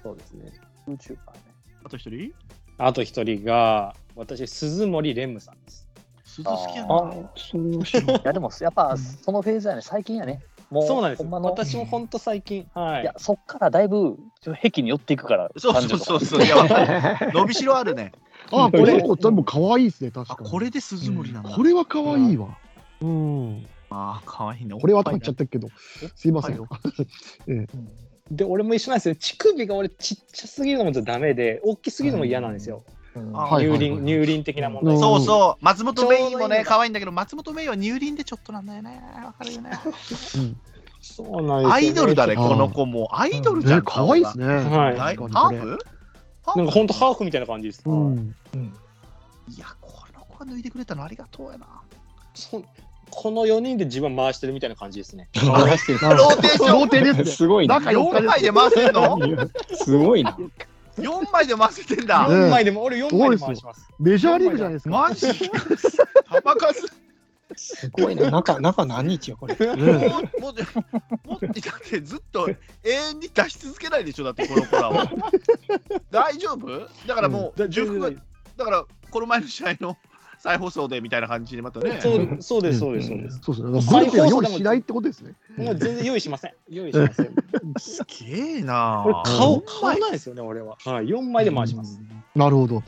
C: そうですね
E: 宇宙かね。
B: あと一人
C: あと一人が私鈴森蓮夢さんです
B: 鈴好きや
F: あ
B: な。
F: あ、そうを知らない
E: いや、でも、やっぱ、そのフェーズやね。最近やね。もう、
C: そうなんです
E: ほ
C: よ
E: まの。
C: 私もほんと最近はい
E: いや、そっからだいぶ、壁に寄っていくから。
B: そうそうそう
E: う。
B: そう。いや、わかる伸びしろあるね。
D: あー、これ、これも可愛いですね、確
B: あ、
D: かに。
B: これで鈴森なんだ。
D: これは可愛いわ。うん。
B: あー、かわいいね。
D: これはとか言っちゃったけど
B: え、
D: すいません。
B: は
C: で俺も一緒なんですよ乳首が俺ちっちゃすぎるのもちょっとダメで大きすぎるのも嫌なんですよ、
F: うん
B: あ
D: はい
C: 乳
D: はい
C: 輪
D: はい
C: 乳輪的な問題、
D: うん
B: そうそう。松本メイも
C: ちょうどいい
B: ね、
C: の
B: 可愛いんだけど、松本メイは乳輪でちょっとなんだよね。わかるよね。
C: そうなんですよ、
B: アイドルだね、
D: あー
B: この子も。アイドル
D: え
B: じゃん。
D: ー可愛いです
B: ね。
D: ね。
C: はい
B: ハ
D: 確かにこれ
B: ーフ
C: なんかほんと
B: ハーフ
C: ハーフみたいな感じです。
D: うん。
B: いや、この子は抜いてくれたのありがとうやな。
C: そこの4人で自分回してるみたいな感じですね。
F: 回してる
D: なるほ
B: ロー
D: ど
B: テーショ
D: 童
B: ン
D: 貞ですね。
F: *laughs* すごいな。
D: 仲良
B: 4枚で回せんの
F: すごいな。
B: ?4 枚で回せてんだ。
C: 4枚でも、俺4枚で回します。
D: メジャーリーグじゃないですか。
B: マジパ数
F: すごいな。中、中何日よ、これ。
B: もう、もう、もう、だってずっと永遠に出し続けないでしょ、だってこの子らは。大丈夫だからもう、重複が、だからこの前の試合の *laughs* 再放送でみたいな感じでまたね。
C: そうそうです、そうです、そうです。
D: そうですね。だからブルペンは用意しないってことですね。
C: もう全然用意しません。用意しません。
B: すげえな
C: これ顔、
B: うん
C: 顔なんですよね、俺は。はい、4枚で回します。
D: なるほど。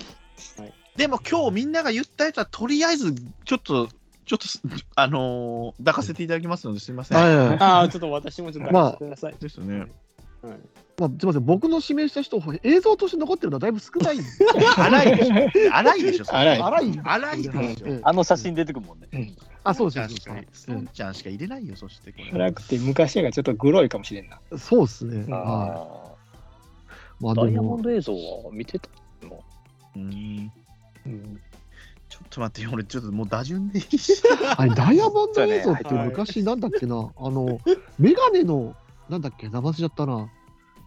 B: でも今日みんなが言ったやつは、とりあえず、ちょっと、ちょっと、あのー抱かせていただきますので、すみません。
D: はいはいはい
C: ああ、ちょっと私もちょっと、
D: まあ
C: ください。
B: ですね。
D: まあ、すみません、僕の指名した人、映像として残ってるのはだいぶ少ない。
B: 荒いでしょ。荒いでしょ。それ
F: 荒い
D: 荒い。
B: 荒いでしょ。
E: あの写真出てくるもんね。
D: あ、そうで
B: 確
D: すね。
B: かに。スンちゃんしか入れないよ、そしてこれ。
F: 辛くて、昔がちょっとグロいかもしれんな。
D: そうですね。は
E: あ
D: い。まあ、
E: ーダ
D: で
E: イヤモン
D: も、
E: ド映像は見てた。
B: うん
F: うん
B: ちょっと待って、俺、ちょっともう打順でいいし。
D: あれダイヤモンド映像っ
E: そ
D: て
C: うねはい
D: 昔なんだっけな、あの、メガネの、なんだっけ、名前忘れちゃったな。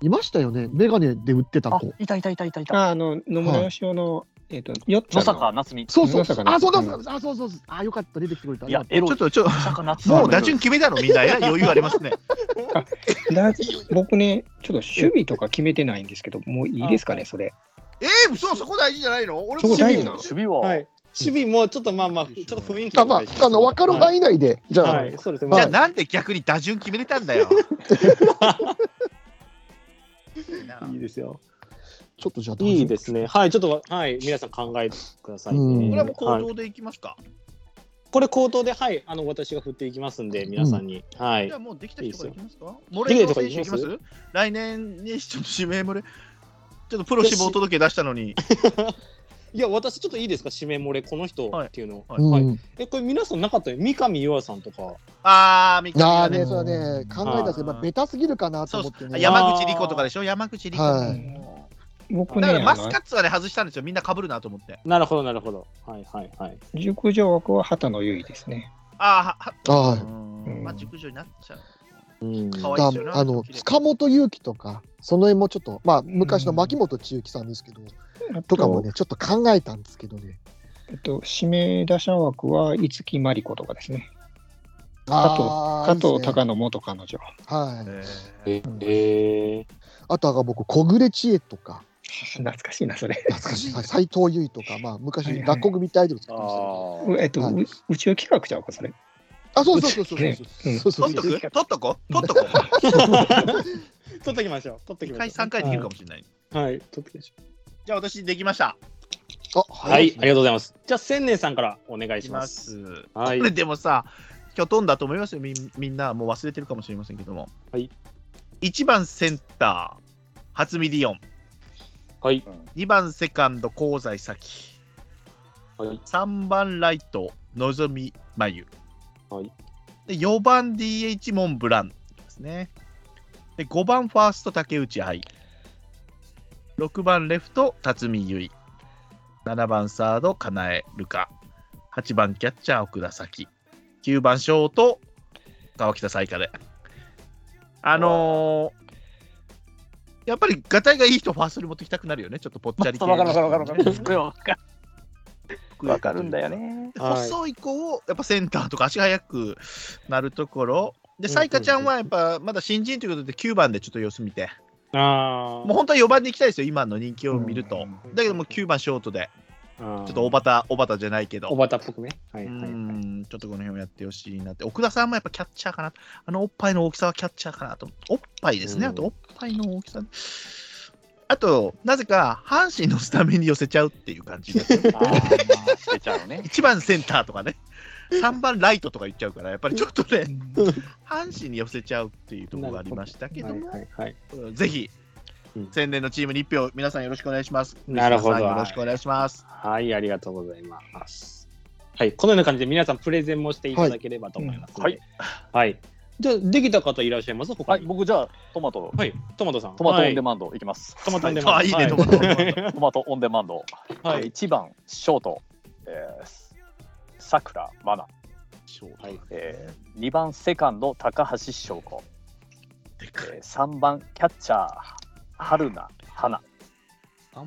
D: いましたよね、メガネで売ってた子。
E: いたいたいたいたいた。
F: ああの、野村義雄の、えっと、よっちゃ
E: 野
F: んの
E: 坂夏美。
D: そうそう。
F: まさかね
D: あ、そうだそうだ。あ、そうそうそう。あ、よかった、出てきてくれた。
E: いや、エロい。
B: ちょっと、ちょっ
E: 野坂
B: と、
E: 夏美。
B: もう打順決めたの、みんな。えらい余裕ありますね。
F: だ僕ね、ちょっと守備とか決めてないんですけど、もういいですかね、それ。
B: えー、嘘、そこ大事じゃないの俺
F: そこ大事なの
E: 守備は。
C: はい。守備もちょっとまあまあ、ちょっと雰囲気
G: あまあ、あの、分かる範
C: 囲
G: 囲内で、じゃあ、
C: はい、そうです
B: じ
C: ね。ま
B: ゃあ
C: あ、
B: なんで逆に打順決めれたんだ *laughs* よ。
C: いいですよ。
G: ちょっとじゃあ、
C: いいですね。はい、ちょっと、はい、皆さん考えてくださいね。
G: うん
B: これはもう
C: は
B: 行
C: い
B: 動でいきますか。
C: これ口頭で、はい、あの、私が振っていきますんで、皆さんに。はい
B: じゃあ。もうできた人からいきますかモ
C: で
B: レ
C: きた
B: ノ
C: 人
B: 選手
C: からいき
B: い
C: ま
B: き
C: す
B: ます来年にちょっと指名漏れ。ちょっとプロ志望届出したのに。
C: いや、私ちょっといいですか、指名漏れ、この人っていうの。
B: は
G: うん
C: いえ、これ皆さんなかったよ。三上優愛さんとか。
B: ああ、三
G: ああ
B: 上、
G: ね、
B: ね。
G: それはね、考えたら、まあ、ベタすぎるかなと
B: そう
G: 思
B: そ
G: って
B: う。
G: ね。
B: 山口莉子とかでしょ山口莉子。
G: は
F: 僕
B: だ
F: ね、
B: からマ
F: あ
B: ス
F: の
B: カッツはね、外したんですよ。みんな被るなと思って。
C: なるほど、なるほど。はいはいはい。
F: 熟女枠は畑野結衣ですね。
B: ああ、は
G: は
B: うんまあ、熟女になっちゃう。
C: うん。
B: 可
G: い。
B: 愛い
G: だ
B: ですよね。
G: あの、塚本勇樹とか、その辺もちょっと、まあ、昔の牧本千幸さんですけど、とかもね、ちょっと考えたんですけどね。
F: えっと、指名打者枠は五木真理子とかですね。
G: あ
F: 加
G: ーいい
F: 藤
G: ですね
F: 隆の元彼女。 *laughs*
G: はい。
B: え
C: ええ。
G: あとは僕、小暮千恵とか、
F: 懐かしいな、それ。
G: 懐かしい。斎藤由衣とか、まあ、
F: はい
G: 昔、
F: はい
G: 学校組ってアイドル作ってましたけど。
E: あ
F: うえっと、
G: はいう
F: 宇宙企画ちゃうか、それ。
G: あ、そうそうそうそうそう
F: うん
G: そうそう
B: 取っ
G: そ
B: と
G: う。
B: く取っとこ *laughs* 取っとこ
C: 取っときましょう。取っとき
B: 一
C: ま
B: 回
C: しょう。
B: 3回できるかもしれない。
C: はい。はい。取っときましょ
B: じゃあ私できました。
G: あ、
C: う。はい。ありが
G: が
C: とうございます。じゃあ、千年さんからお願い
B: い
C: し
B: き
C: ま。
B: ますす。
C: はい
B: こ *laughs* れでもさ、今日飛んだと思いますよみん、みんな、もう忘れてるかもしれませんけども。
C: はい
B: 1番センター、初見リオン。
C: はい。
B: 2番セカンド、香西咲。
C: はい。
B: 3番ライト、のぞみまゆ。
C: はい
B: で4番 DH、モンブランですね。で5番ファースト、竹内愛。6番レフト、辰巳結衣。7番サード、かなえるか。8番キャッチャー、奥田咲。9番ショート、川北彩花で。あのー、やっぱりガタイがいい人ファーストに持ってきたくなるよね、ちょっとぽっちゃり系の
E: わかるわかるわかるわかる。わかる *laughs* わかるんだよ
B: ね
E: ね。
C: はい
B: 細い子をやっぱセンターとか足が速くなるところで
C: うん
B: 彩花ちゃんはやっぱまだ新人ということで9番でちょっと様子見て
C: ああ。
B: もう本当は4番で行きたいですよ今の人気を見るとだけどもう9番ショートで
C: うん、
B: ちょ
C: ち
B: っとおばたおばたじゃないけ
C: お
B: ど
C: ばたっぽくね。は
B: う
C: いはいはい。
B: んちょっとこの辺をやってほしいなって奥田さんもやっぱキャッチャーかなあのおっぱいの大きさはキャッチャーかなとおっぱいですね
C: うん
B: あとおっぱいの大きさあとなぜか阪神のスタメンに寄せちゃうっていう感じですね
C: *laughs*
E: あー捨てちゃうね。
B: 1番センターとかね、3番ライトとか言っちゃうから、やっぱりちょっとね、阪神に寄せちゃうっていうところがありましたけども、
C: はいはいはい、
B: ぜひ
C: うん、
B: 宣伝のチームに1票、皆さんよろしくお願いします。
C: なるほど
B: 皆さんよろしくお願いします。
C: はい、ありがとうございます。はい、このような感じで皆さんプレゼンもしていただければと思いますので。
E: は
C: はいい。じゃあ、できた方いらっしゃいます他
E: はい、
C: に
E: 僕じゃあトマト、
C: はい、トマトさん。
E: トマトオンデ
C: マ
E: マンドいきます。
C: トマトオンデマ
B: あ、いいね、トマト。
E: トマトオンデマンド。
C: はい
E: えー一番ショート、えーさくらまな。
C: はい
E: えー二番セカンド高橋翔子。
B: でかい
E: えー三番キャッチャー春菜花。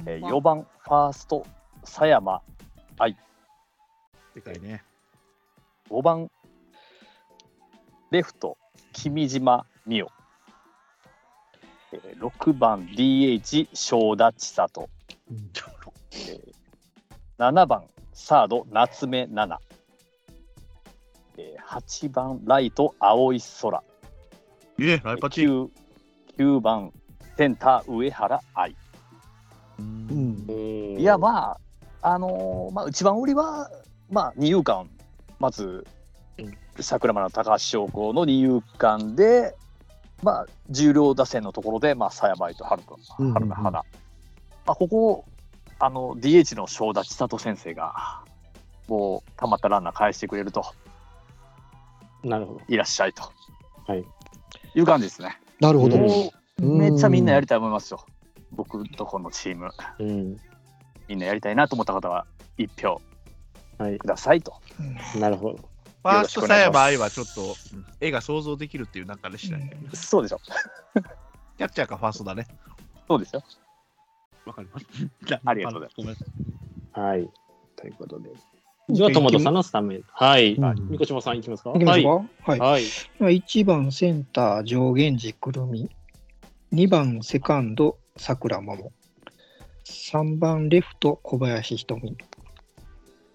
E: えー四番ファースト佐山。
B: でかいね。
E: 五番レフト君島美代。えー六番 DH 正田千里。7番サード夏目奈々、えー8番ライト青い空
B: ええ、ライパチ。
E: 9, 9番センター上原愛、
G: とう。ん。
E: いやまああのーまあ一番売りはまあ二遊間まず桜間の高橋翔子の二遊間でまあ重量打線のところでまあ佐山愛と春
G: うんうんう
E: 菜
G: ん
E: 春菜花、まあ、ここをあの DH の正田千里先生がもうたまったランナー返してくれると
C: なるほど。
E: いらっしゃいと、
C: はい、
E: いう感じですね。
G: なるほど。
E: もうめっちゃみんなや
G: る。
E: りたいと思いますよ。僕とこのチーム、
C: うん。
E: みんなやりたいなと思った方は、一票
C: はい
E: く。ださいと。
C: なるほど。
B: ファースト、さやば愛はちょっと、うん絵が想像できるっていう中でしたね。
E: そうでしょ。
B: キャッチャーかファーストだね。
E: そうですよ。
B: わかります。
E: ありがとうございます
B: ごめんなさい
C: はい。ということで。じゃあ、トマトさんのスタメン。はい。
G: うん
C: みこしまさんいきますか
F: いきましょうか。はい。
C: はい。
F: 1番センター上限時くるみ2番セカンドさくらもも3番レフト小林ひとみ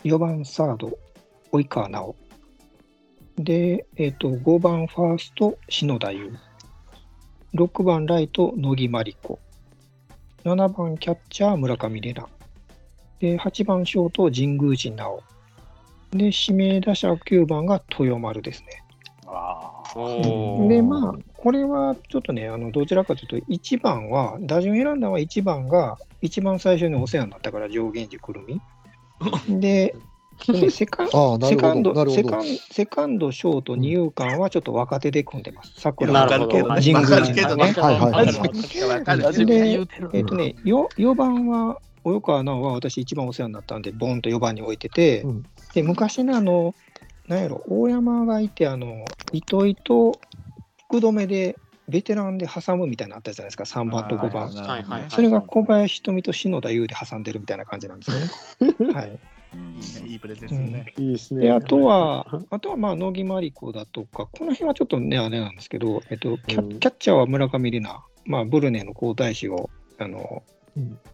F: 4番サード及川直で、えっと5番ファースト篠田優6番ライト乃木真理子7番キャッチャー村上玲奈で8番ショート神宮寺直で、指名打者9番が豊丸ですね。
E: ああ。
C: お
F: で、まあ、これはちょっとね、あのどちらかというと、1番は、打順選んだのは1番が、一番最初にお世話になったから、上源寺くる
D: *laughs*
F: み。で、でセカン
D: ああ、な
F: セ
D: る
F: カン
D: ほど、な
F: ド、
D: る
F: セ
D: ほ
F: カン
D: ど。
F: セカンド、ショート、二遊間はちょっと若手で組んでます。桜
B: わ
C: なる
B: か
C: ほ
B: るけ
C: ど
B: ど
C: は
B: ね。
C: い
B: わかるけど
C: わ
B: ね。
C: かるわかる
B: わかるわかる
F: 真面目に言
B: うてる
F: えっとね、よ4番は、及川奈緒は私一番お世話になったんで、ボンと4番に置いてて、
D: うん
F: で昔ね、あの、なんやろ、大山がいて、あの、糸井と福留で、ベテランで挟むみたいなのあったじゃないですか、3番と5番。
C: はいはいはい
F: それが小林瞳と篠田優で挟んでるみたいな感じなんですよ
C: *laughs*
F: ね。はい、
B: いいプレゼンですよね。
C: いいですね。
F: であとは、あとはまあ野木真理子だとか、この辺はちょっとね、あれなんですけど、えっと、キャ
C: うん
F: キャッチャーは村上里奈、まあ、ブルネの皇太子をあの、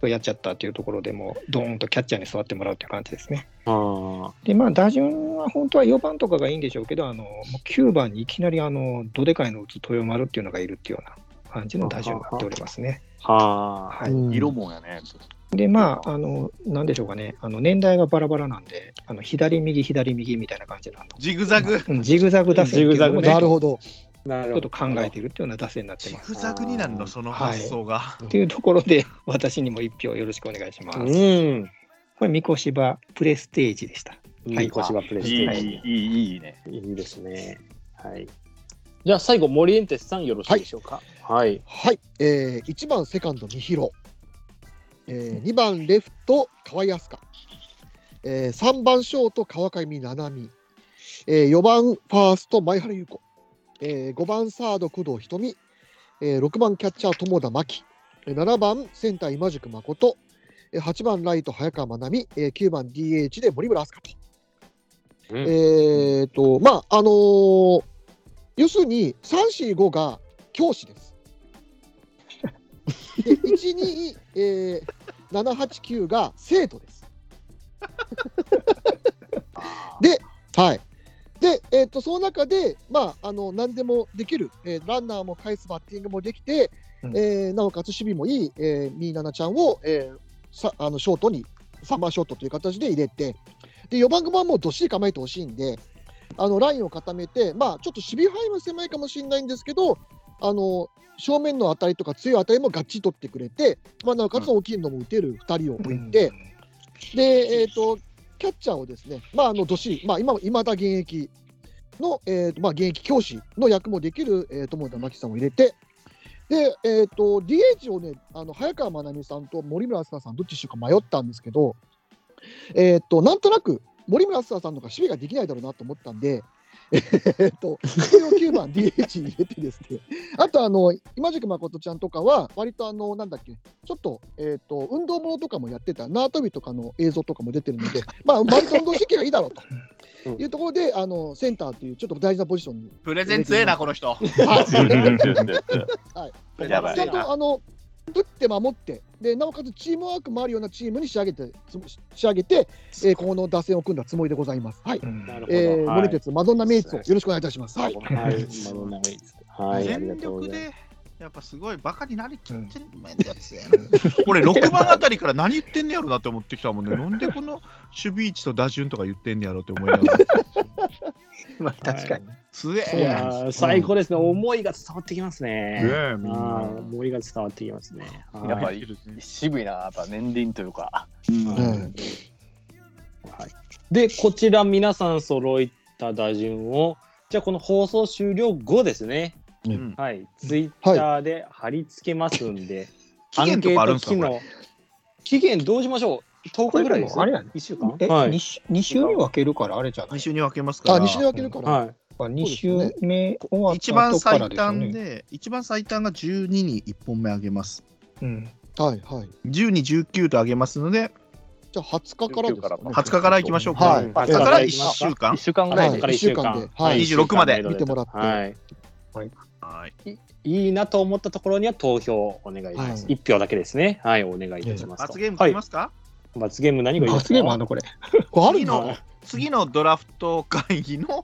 F: やっちゃったっていうところでもう、ドーンとキャッチャーに座ってもらうという感じですね。
C: あ
F: で、まあ、打順は本当は4番とかがいいんでしょうけど、あのもう9番にいきなりあのどでかいのを打つ豊丸っていうのがいるっていうような感じの打順になっておりますね。
C: あ。はあ。
F: はい
E: 色もんやね。
F: でまああのなんでしょうかねあの年代がバラバラなんであの左右左右みたいな感じなの
B: ジグザグ。
F: うんジグザグ打線っていうのも
C: ジグザグね
D: なるほど。
C: な
F: ち
C: る
F: ょ
C: ほ
F: っ
C: ど。
F: と考えてるっていうような打線になって
B: ジ
F: ます
B: グザグになるの、その発想が。
F: っていうところで私にも一票よろしくお願いします、
C: う
F: こ
C: ん。
F: れ三越芝プレステージでした
C: いい腰がプレス
E: いい、
C: テー
E: い
C: ジ。
E: い、いいね。
C: いいですね。はい。じゃあ最後、モリエンテスさんよろしいでしょうか。はい。
D: はい、えー、1番セカンド、三広、えー、2番レフト、川井飛鳥、えー、3番ショート、川上七海、えー、4番ファースト、前原優子、えー、5番サード、工藤瞳、えー、6番キャッチャー、友田真希、えー7番センター、今宿誠、えー8番ライト、早川真奈美、えー、9番 DH で森村飛鳥と。
C: うん
D: えー、と、まあ、あのー要するに、3、4、5が教師です。で1、2、えー、7、8、9が生徒です。で、はい。で、えー、とその中で、まあ、あの何でもできる、えーランナーも返すバッティングもできて、
F: うん
D: えーなおかつ守備もいい、えー、ミーナナちゃんを、えーさあのショートに、サマーショートという形で入れて、で4番、5番もどっしり構えてほしいんで、あのラインを固めて、まあ、ちょっと守備範囲は狭いかもしれないんですけど、あの正面の当たりとか強い当たりもがっちり取ってくれて、まあ、なおかつ大きいのも打てる2人を置いて、で、えー、とキャッチャーをですね、まあ、あのどっしり、まあ、今いまだ現役の、えーとまあ、現役教師の役もできる、えー、友田真紀さんを入れて、でえー、と DH をね、あの早川真奈美さんと森村飛鳥さん、どっちにしようか迷ったんですけど、えー、となんとなく森村飛鳥さんの方が守備ができないだろうなと思ったんで、 *laughs* えー、とそれを9番 DH に入れてですね、あとあの今宿誠ちゃんとかは、割とあのなんだっけ、ちょっと,、えー、と運動ものとかもやってた縄跳びとかの映像とかも出てるので、 *laughs* まあ、割と運動神経がいいだろうと
C: うん
D: いうところであのセンターというちょっと大事なポジションに。
B: プレゼン強えな、この人。
E: やばい
D: ちゃんとあの打って守ってでなおかつチームワークもあるようなチームに仕上げてつ仕上げて、えーこの打線を組んだつもりでございます。はい、
F: うん
C: なるほど。
D: えー、
C: はい
D: モレテツマドンナメイツをよろしくお願いいたします。はい、
C: はい、マドンナウェイズ。はい、ありが
B: 全
C: とうご
B: 力
C: ざいます。
B: で、やっぱすごいバカになりきってんのやつやな
C: *laughs*
B: これ6番あたりから何言ってんねやろなって思ってきたもんね。なんでこの守備位置と打順とか言ってんねやろって思いながら。
F: まあ確かに、
B: 強え。
C: いやー最高ですね、思いが伝わってきますね。
B: ねえみんな
C: あー思いが伝わってきますね。
E: やっぱ
C: はい
E: り渋いな、やっぱ年輪というか。
D: うん
C: はい、で、こちら皆さん揃えた打順を、じゃあこの放送終了後ですね、
B: うん
C: はい、ツイッターで貼り付けますんで、
B: 期限とかあるんですか
C: アンケート機能期限どうしましょう ?10 日ぐらいです
F: これでもあれやね
C: 1週間
F: え、
C: は
F: 二
C: い。
F: 週二週に分けるからあれじゃな
B: 2
F: い
B: 週に分けますから。
D: あ西に分けるから、
C: はい
F: 2週目終わっ
B: 一
F: た
B: 番
F: 後か
B: 最
F: らですよ
B: 短
F: ね。
B: で、一番最短が12に1本目あげます。
F: うん
D: はいはい
B: 12、19とあげますので、
D: じゃあ20日からですか、ね、
B: 20日からいきましょうか。
D: はい
B: 20日から1週間
E: 一。週間ぐら
D: はいい
E: で
C: から1週間
D: 一週間ではい
B: 26まで
D: 見てもらって
C: はい
B: はい
C: いいなと思ったところには投票をお願いします。
D: はい
C: 一票だけですね。はい、お願いいたしますと。
B: 罰ゲームいき
C: は
B: ますか
C: い、罰ゲーム何がいいですか
F: 罰ゲームあんのこれ。
D: これある
B: 次
D: の
B: の次のドラフト会議の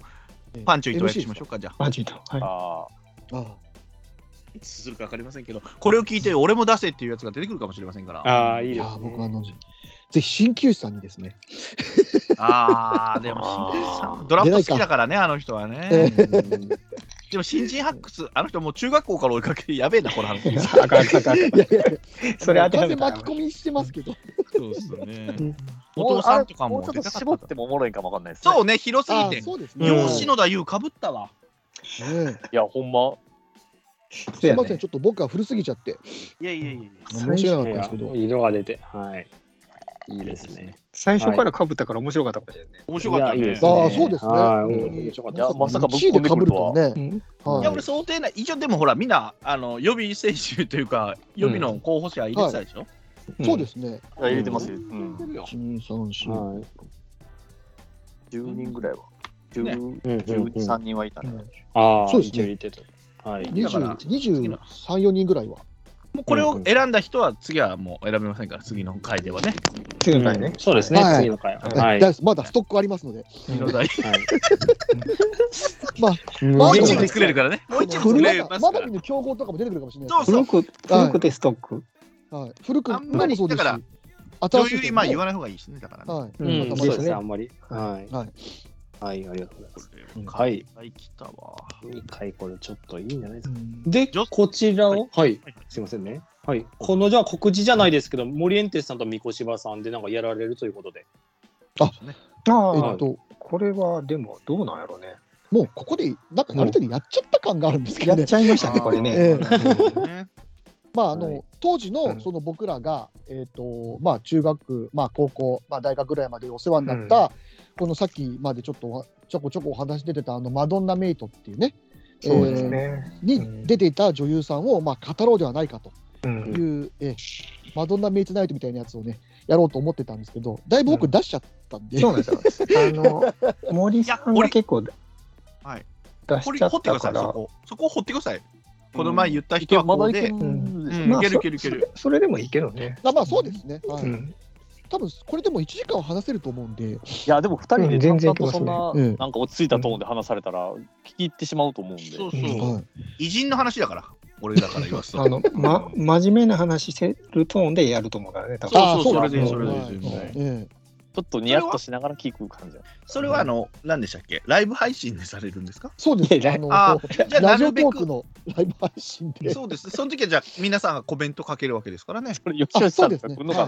B: パンチをいただきしましょうか、じゃあ。
F: マジで。はい
E: あ
D: あ
B: いつするか分かりませんけど、これを聞いて、俺も出せっていうやつが出てくるかもしれませんから。
C: ああ、いい
D: い
C: で
D: や
C: す、
D: ー
C: ね。
D: 僕はあのぜひ鍼灸師さんにですね
B: ああ、でも新人さん、ドラフト好きだからね、あの人はね。でも新人発掘、あの人もう中学校から追いかけて、やべえな、この
F: *laughs*
B: 話。
C: あかんあかんあかん
D: いやいやい
B: *laughs*
D: や、
F: *laughs* それ当ては
D: 風
F: めた
D: 巻き込みしてますけど。
B: そうですね
F: うん。
B: お父さんとか
E: も
B: も
E: うちょっ
B: で
E: と
B: かか
E: 絞っ
B: った
E: てもおもろいかもわかんないですね。
B: そうね、広すぎ
D: あー
B: て。
D: そうですね。
F: うん
B: よしのだゆうかぶったわ。
D: ねえ
E: いや、ほんま。
D: すいません、ちょっと僕が古すぎちゃって。
B: いやいやいやいや。
D: 面白かったですけど。
C: 色が出て、はい。いいですね。
F: 最初から被ったから面白かったかもしれないね。
B: 面白かった
C: いやいい
B: ね
C: で。すね
D: ああ、そうですね。
C: はい
D: うん
E: いやまさかぶっ
D: 1位
E: 込んで
D: で被
E: く
D: る
E: る
D: と
E: とは
D: はね。
F: うん
D: はい
B: いや俺想定内、一応でもほら、みんなあの予備選手というか、予備の候補者入れてたでしょ、
D: そうですね。
E: いや入れてますよ。うん。
D: 1、3、4。
C: はい。
E: 10人ぐらいは。
B: ね
C: う
E: 10
C: んうんうん
E: 13人はいたね。
C: ああ、
D: そうですね
C: 一応入れてた。はい。
B: だから
D: 23、4人ぐらいは。
B: もうこれを選んだ人は次はもう選べませんから、次の回ではね。
F: 次の回ね。
C: そうですね、
D: はい
C: 次の回。はい。
D: だまだストックありますので。
B: 次の回、
D: ま
B: も
D: あ
B: う
D: で
B: 一
D: も
B: 問作れるからね。もう一問作れます
D: ま
B: か
D: だ
B: ら
D: 見。ぬ競合とかも出てくるかもしれない
B: そう
D: です。
B: そう
F: 古。く古くてストック。
D: はい、古く
B: あんまり
D: もそうですし
B: だか、
D: 新
B: 女
D: しい
B: 優
D: 人
B: 今
D: も
B: 言わない方がいいですね、だからね。
D: はい、
C: う
F: うん
C: ん、
D: また
C: そうですね、あ
D: ま
C: んまり。はい。
D: はい。
C: はい、ありがとうございます。
B: い。
C: はい。
B: はい、来たわ。
C: 2回これちょっといいんじゃないですか。
F: うん
C: で
B: じゃ、
C: こちらを、はい
B: はい、
C: すいませんね。はい、このじゃあ告知じゃないですけど、モリエンテスさんと三越柴さんでなんかやられるということで。
F: あ
D: え
F: あ
D: っ、と、
F: これはでもどうなんやろうね。
D: もうここで、なんかある程度やっちゃった感があるんですけ
F: や
D: ど
F: っ
D: ね、
F: ちゃいましたね、これ
D: ええ
F: ね。
B: ね
D: まああ
C: は
D: の
C: い
D: 当時
F: う
D: の
F: ん
D: その僕らが、えっとまあ、中学、まあ、高校、まあ、大学ぐらいまでお世話になった、このさっきまでちょっとおちょこちょこお話出てたあのマドンナメイトっていうね、
F: そうですね。
D: えー
F: うん
D: に出ていた女優さんを、まあ、語ろうではないかと。
F: うん
D: いう、ええマドンナ・メイツ・ナイトみたいなやつをね、やろうと思ってたんですけど、だいぶ
F: う
D: 僕
F: ん
D: 出しちゃったんで、
F: そうなんですよ。あの、森さん
B: いや
F: が
B: 俺
F: 結構出
B: はい
F: 出
B: *laughs* こ
F: し
B: れ
F: ちゃっ
B: 掘ってく
F: た
B: ださ
F: か
B: い、そ
F: ら。
B: こ。そこ掘ってください。この前言った人
E: いや
B: は
E: ま
B: こ
E: だ
B: う
E: いけ
B: で
E: る。
F: ん
B: うん
F: まあ
B: いけるいけるいける。
F: それでもいいけどね。
D: *laughs* あまあそうですね、はい
F: うん
D: 多分これでも1時間は話せると思うんで、
E: いや、でも2人
F: う
E: で
F: ん全然
E: 淡々とそんな、
D: いけますねうん
E: なんか落ち着いたトーンで話されたら、聞き入ってしまうと思うんで。
B: そう
F: う
B: そ
D: は
B: う。偉人の話だから、俺だから言わすと。
F: あの、ま、真面目な話してるトーンでやると思うからね、多分。
B: そうそう、そ
D: あ
B: れ
D: ー
B: で、そ
D: そう
B: れ
D: なん
B: で
D: です
B: 全
D: ね
B: 然。
D: いえ
E: ちょっとニヤッとしながら聞く感じ。
B: それはあの、何でしたっけライブ配信でされるんですか
D: そうです
F: いや
D: あの
B: あーじゃあ
D: ラ
B: な
D: ジ
B: る
D: オト
B: べ
D: ーク
B: く。
D: のライブ配信で。
B: そうですね。その時はじゃあ、皆さんがコメントかけるわけですからね。
E: これ、吉
D: あ
E: 田
D: そ
E: さ
D: うんで
E: と
D: す
E: か
D: ね
E: 来。んのかな、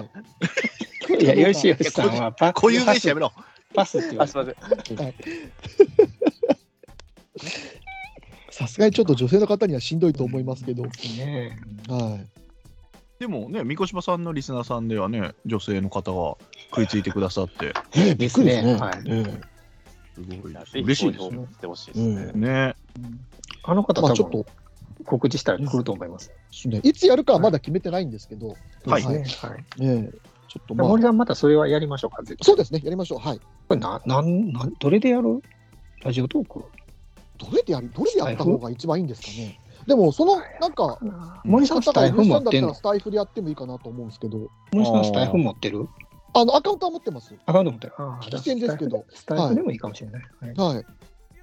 D: はい
F: や、よしよしさんはパ
B: 固有名詞やめろ。
F: パスって言わ
E: あ、
F: れ
E: すいません。
D: さすがにちょっと女性の方にはしんどいと思いますけど、は
F: てね。
D: い、
B: でもね、三越島さんのリスナーさんではね、女性の方が食いついてくださって、
D: ええびっくりですね。
F: ですねはい
D: え
B: すごいです
E: ぜひ
B: 嬉しいです
E: 投
B: ね
E: 票。してほしいですね。
B: ね
F: あの
D: え
F: 方
D: まあ、
F: 多
D: ちょっと
F: 分、告知したら来ると思います。
D: ねいつやるかはまだ決めてないんですけど、
B: はい
F: そうですねはい。
D: ええちょっとま
F: 森
D: あ、
F: さん、またそれはやりましょうか、絶対
D: そうですね、やりましょう。はい、
F: これな、なん、なん、どれでやるラジオトーク
D: どれでやりどれでやった方が一番いいんですかね。でも、そのなんか、
F: 森さん、スタイフ持
D: さん
F: っ
D: だってた
F: ん
D: ら
F: の
D: スタイフでやってもいいかなと思うんですけど、
F: 森さん、スタイフ持ってる
D: あのアカウントは持ってます。
F: あかんと思ったら、ああ、
D: 危険ですけど
F: スタイフ。スタイフでもいいかもしれない。はい
D: は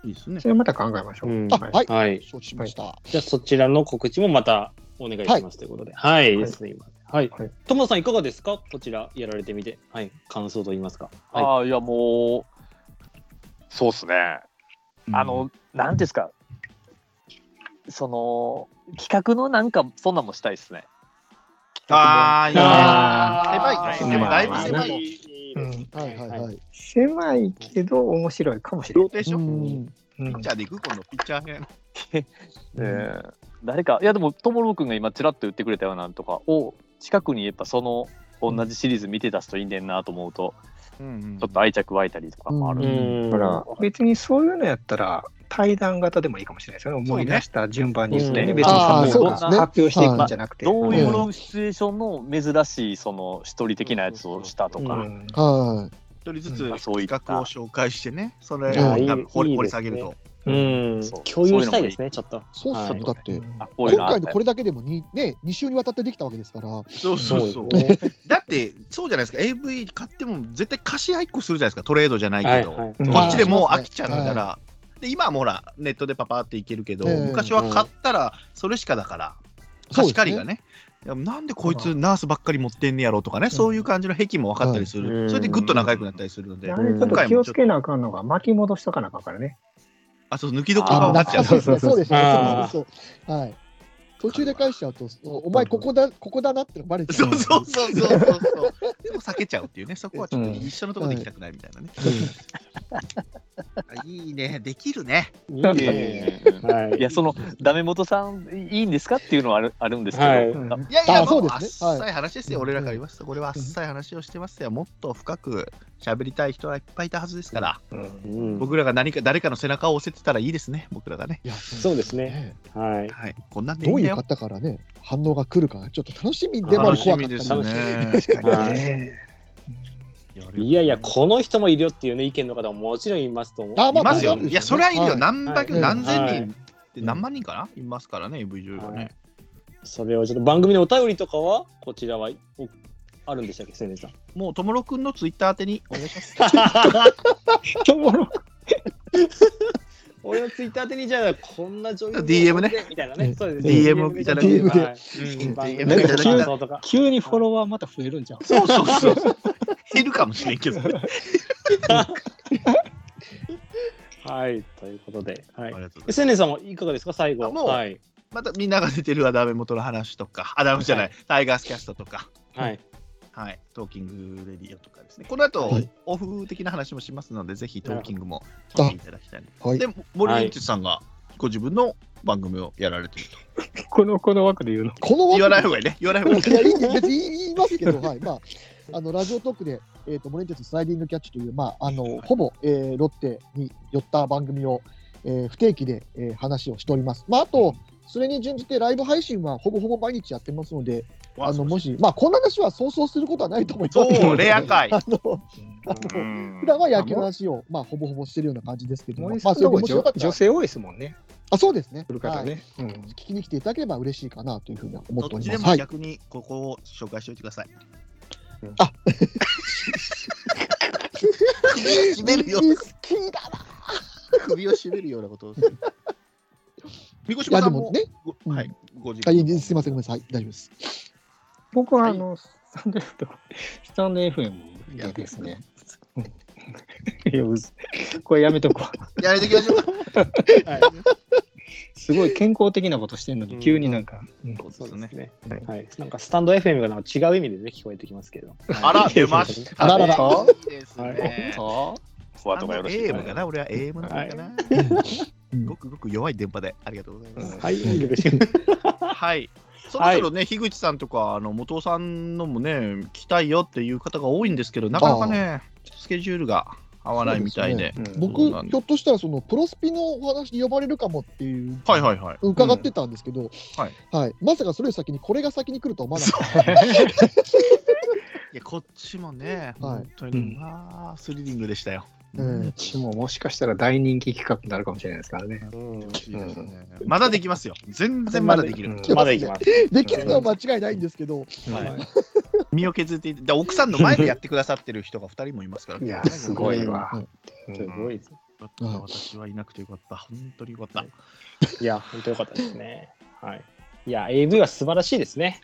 D: い、
B: いいですね
F: そ。れまた考えましょう。
C: うん
D: あはい、
C: はい。
D: 承知しました。
C: じゃあ、そちらの告知もまたお願いしますということで。はい。
F: はい
C: すいませんはい
F: はい。
C: 友野さん、いかがですかこちらやられてみて。はい。感想と言いますか。はい。
E: ああ、いや、もう、そうっすね。あの、なんですか、その、企画のなんか、そんなんもしたいですね。
B: あー、いや
F: あー
B: 狭いね。でもだいぶ
F: 狭
B: 狭
F: い
B: い。
F: うん
D: はいはいはい。
F: 狭いけど面白いかもしれな
B: ロー
F: い。
B: テーシ
D: う
B: ョン
D: ん
F: う
B: ピ
F: ん
B: ッチャーで行く今度ピッチャー編。
E: えー誰かいやでもともろくんが今ちらっと言ってくれたようなんとかを近くにやっぱその同じシリーズ見てた人いんねんなと思うと
B: うん
E: ちょっと愛着湧いたりとかもある、
D: うん
C: うん。
F: だから別にそういうのやったら対談型でもいいかもしれないですよね。思い出した順番にです
C: そう
F: ね。
C: ね
F: 別に
D: あー
F: その
E: そうです
F: 発
E: ね
F: 表していくんじゃなくて。
E: どうい
D: ん
E: うシチュエーションの珍しいその一人的なやつをしたと
F: う
E: か、
F: ん
D: は
B: 一人ずつ
E: うんそう
B: 企
E: いった
B: 画を紹介してね、それを
D: いや
B: 多分掘
C: いい
B: り
C: いい
B: 掘り
C: です
B: 下
C: ね
B: げると。
C: うん
E: そう。
C: 共有したいですね、ちょっと。
D: い。そうっす
C: は
D: ね。
C: い
D: だって、
E: あこういうの
D: 今
E: あっ
D: 回
E: た
D: の
E: よ
D: これだけでもにね、2週にわたってできたわけですから、
B: そうそうそう。
C: ですね
B: だって、そうじゃないですか、AV 買っても絶対貸し合いっこするじゃないですか、トレードじゃない
C: は
B: け
C: い。
B: ど。
C: はい
F: うん
B: こっちでもう
D: はい
B: 飽きちゃうから、で今はもうほら、ネットでパパっていけるけど、
D: ええ
B: 昔は買ったらそれしかだから、貸し借りがね。いやなんでこいつナースばっかり持ってんねやろとかね、そういう感じの癖も分かったりす
C: う
B: る、
C: ん
B: それでぐっと仲良くなったりするので、
H: あれちょっと気をつけなあかんのが、巻き戻しとかなあかんからね。
B: あそう抜きどころが分かっちゃう
D: そうですね、そうですね、
C: あー
D: そうですねそうはい。途中で返しちゃうと、お前、ここだ、ここだなってのバレちゃ。
B: *laughs* そううそうそうそうそうそう。でも避けちゃうっていうね、そこはちょっと一緒のとこで行きたくないみたいなね。あいいね、できるね。
C: いい
E: いやいやいや
C: ね。
E: いや
C: はい
E: いやそのダメ元さんいいんですかっていうのはあるあるんですけど、
C: はい
E: あ
B: いやいや、
D: あそう
B: もう
D: ですね
B: あっさい話ですよ、俺らから言いますと。これはあっさい話をしてますよ。もっと深く喋りたい人はいっぱいいたはずですから、
C: うん
B: 僕らが何か誰かの背中を押せてたらいいですね、僕らがね。
D: いや、
C: そうですね。はい。
B: はい、こんなんでいい
D: ど
B: ん
D: う
B: だ
D: い
B: よ。
D: う方からね、反応が来るか、ちょっと楽しみでもある
C: 楽し
D: 怖
C: み
D: かっ
C: で
D: た
C: すね
B: 確か
C: は
F: ね
C: い
B: にね
C: いやいや、この人もいるよっていうね、意見の方ももちろんいますと思う。
D: あま
B: いますよ。
D: まあ
B: いや、それはいるよ。
D: はい
B: 何百、
D: はい
B: 何千
C: はい
B: 人って何万人かないますからね、v 1 0がね。
C: それをちょっと番組のお便りとかは、こちらはおあるんでしたっけ、千年さん。
B: もう、ともろくんのツイッター宛てにお願いします。
C: 俺のツイッター宛てにじゃあこんな女優の
B: DM ね
C: みたいなね。そうですね
B: DM をいただければ
C: はいうん
B: DM
C: 番組の
F: いただけたら
C: 感想とか
F: 急にフォロワーまた増えるんじゃん。
B: そうそうそう *laughs* そう。減るかもしれんけどね。
C: はい、ということで。は
B: あり。
C: い
B: がとうございます
C: 千年さんもいかがですか、最後。
B: あもう
C: はい。
B: またみんなが出てるアダメ元の話とか、アダメじゃない、タイガースキャストとか、
C: はい。
B: はい、トーキングレディオとかですね。この後、
D: はい
B: オフ的な話もしますので、ぜひトーキングも
D: なるほど
B: 聞いていただきたいな。
D: はい
B: で、森リンチさんがご自分の番組をやられてると。
F: この、この枠で言うの。
D: この
B: 言わない
D: 方
B: 方がいいね。言わない方がいい。
D: いや、いいんで別に言いますけど、はい。まあ、あの、ラジオトークで、えっ、と、モレンテススライディングキャッチという、まあ、あの、ほぼ、えーロッテに寄った番組を、えー不定期で、えー話をしております。まあ、あと、それに準じてライブ配信はほぼほぼ毎日やってますので、あの、もし、まあ、こんな話はそうそうすることはないと思いますけど
B: そう、レア回。
D: あの、あ
E: う
D: の、
E: ん
D: 普段は野球の話を、まあ、ほぼほぼしてるような感じですけども、
F: 森
D: まあ、
F: さんの方が
D: 面白か
F: 女
D: ったら
F: 女性多いですもんね。
D: あ、そうですね。
F: 来る方
D: はい
F: ね。うん
D: 聞きに来ていただければ嬉しいかなというふうには思って
B: ど
D: お
B: っ
D: り
B: ち
D: ま。
B: ですも
D: はい。
B: 逆にここを紹介しておいてください。
D: あ
B: *laughs* 締めるよ。
D: 好きだな。
B: 首を絞めるようなことをする。みこし
D: いや、
B: さ
D: で
B: んも
D: もね、
B: ごはい、ご自
D: あい
B: 分
D: いすいません、ごめんなさい。大丈夫です。
F: 僕は、あの、スタンド F と、スタンド FM でですね。いや、うずこれやめとこう。
B: やめていきましょうか。
F: すごい健康的なことしてんのに、急になんか。うん
B: そうですね。
C: ね。はい。なんかスタンド FM がなんか違う意味でね、聞こえてきますけど。
B: あら、出ました。
D: あららら
B: いいですね。
F: そ
E: フォアとかよろしい
B: AM かな俺は AM なのかな、
D: う
B: *laughs*
D: ん
B: ごくごく弱い電波でありがとうございます。
C: はい。 *laughs* よろしく
B: はい。そろそろね、樋口さんとか、あの、元尾さんのもね、来たいよっていう方が多いんですけど、なかなかね、スケジュールが合わないみたいで。
F: ううん
D: 僕、
B: そう
D: ひ
B: なんだ
D: ょっとしたら、そのプロスピのお話に呼ばれるかもっていう、
B: はいはいはい。
D: 伺ってたんですけど、
B: はい
D: はい。まさかそれより先に、これが先に来るとは思わなかった。
B: いや、こっちもね、
D: はい
B: 本当に、まあ、スリリングでしたよ。
D: うん *laughs*
F: 私ももしかしたら大人気企画になるかもしれないですからね。
B: まだできますよ。全然まだできる。
C: まだいきます。
D: できるのは間違いないんですけど、
C: はい
B: 身を削っていて、だから奥さんの前でやってくださってる人が2人もいますから。
F: いや、すごいわ。
D: はい
F: うん
C: すごいです。
B: よかった私はいなくてよかった。本当によかった。
C: いや、本当良かったですね。はい。いや、AV は素晴らしいですね。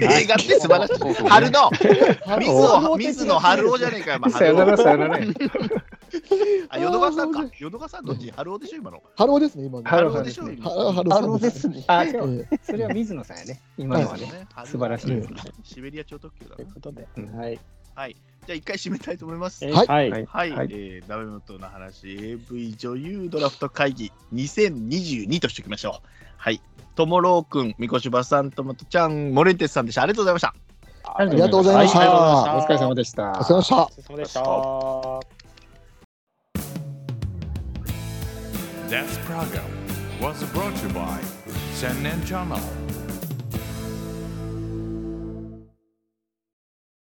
B: 映画って素晴らしい。春の、水野、水野春夫じゃねえかよ。まあ
F: さよならさよなら。
B: あ、淀川さんか。淀川さんどっち春夫でしょ、今の。
D: ハローですね、今の。
B: 春夫でしょ、今
D: ハ
B: の。
D: ローハロー
F: あ
D: さ
F: の
D: ん
F: で
D: ですす
F: ね。あ、でも、
D: ええ
F: それは水野さんやね。今のはね。素晴らしい
B: 春夫シベリア超特急だ
C: とい
B: な
C: う。ことで。
F: うん
C: はい。
B: はい。じゃあ一回締めたいと思います。
C: え
D: はい
C: はい。
F: はい
B: はい、えーダメ元の話 AV 女優ドラフト会議2022としておきましょう。はい、ともろうくん、みこしばさん、ともとちゃん、モレンテスさんでした。ありがとうございました。
F: あ
D: りがとうございました
F: は
D: あ
F: お疲れ様でした。
D: お疲れ様でした
C: お。疲れ様でした。
A: This program was brought to you by Sennen Channel.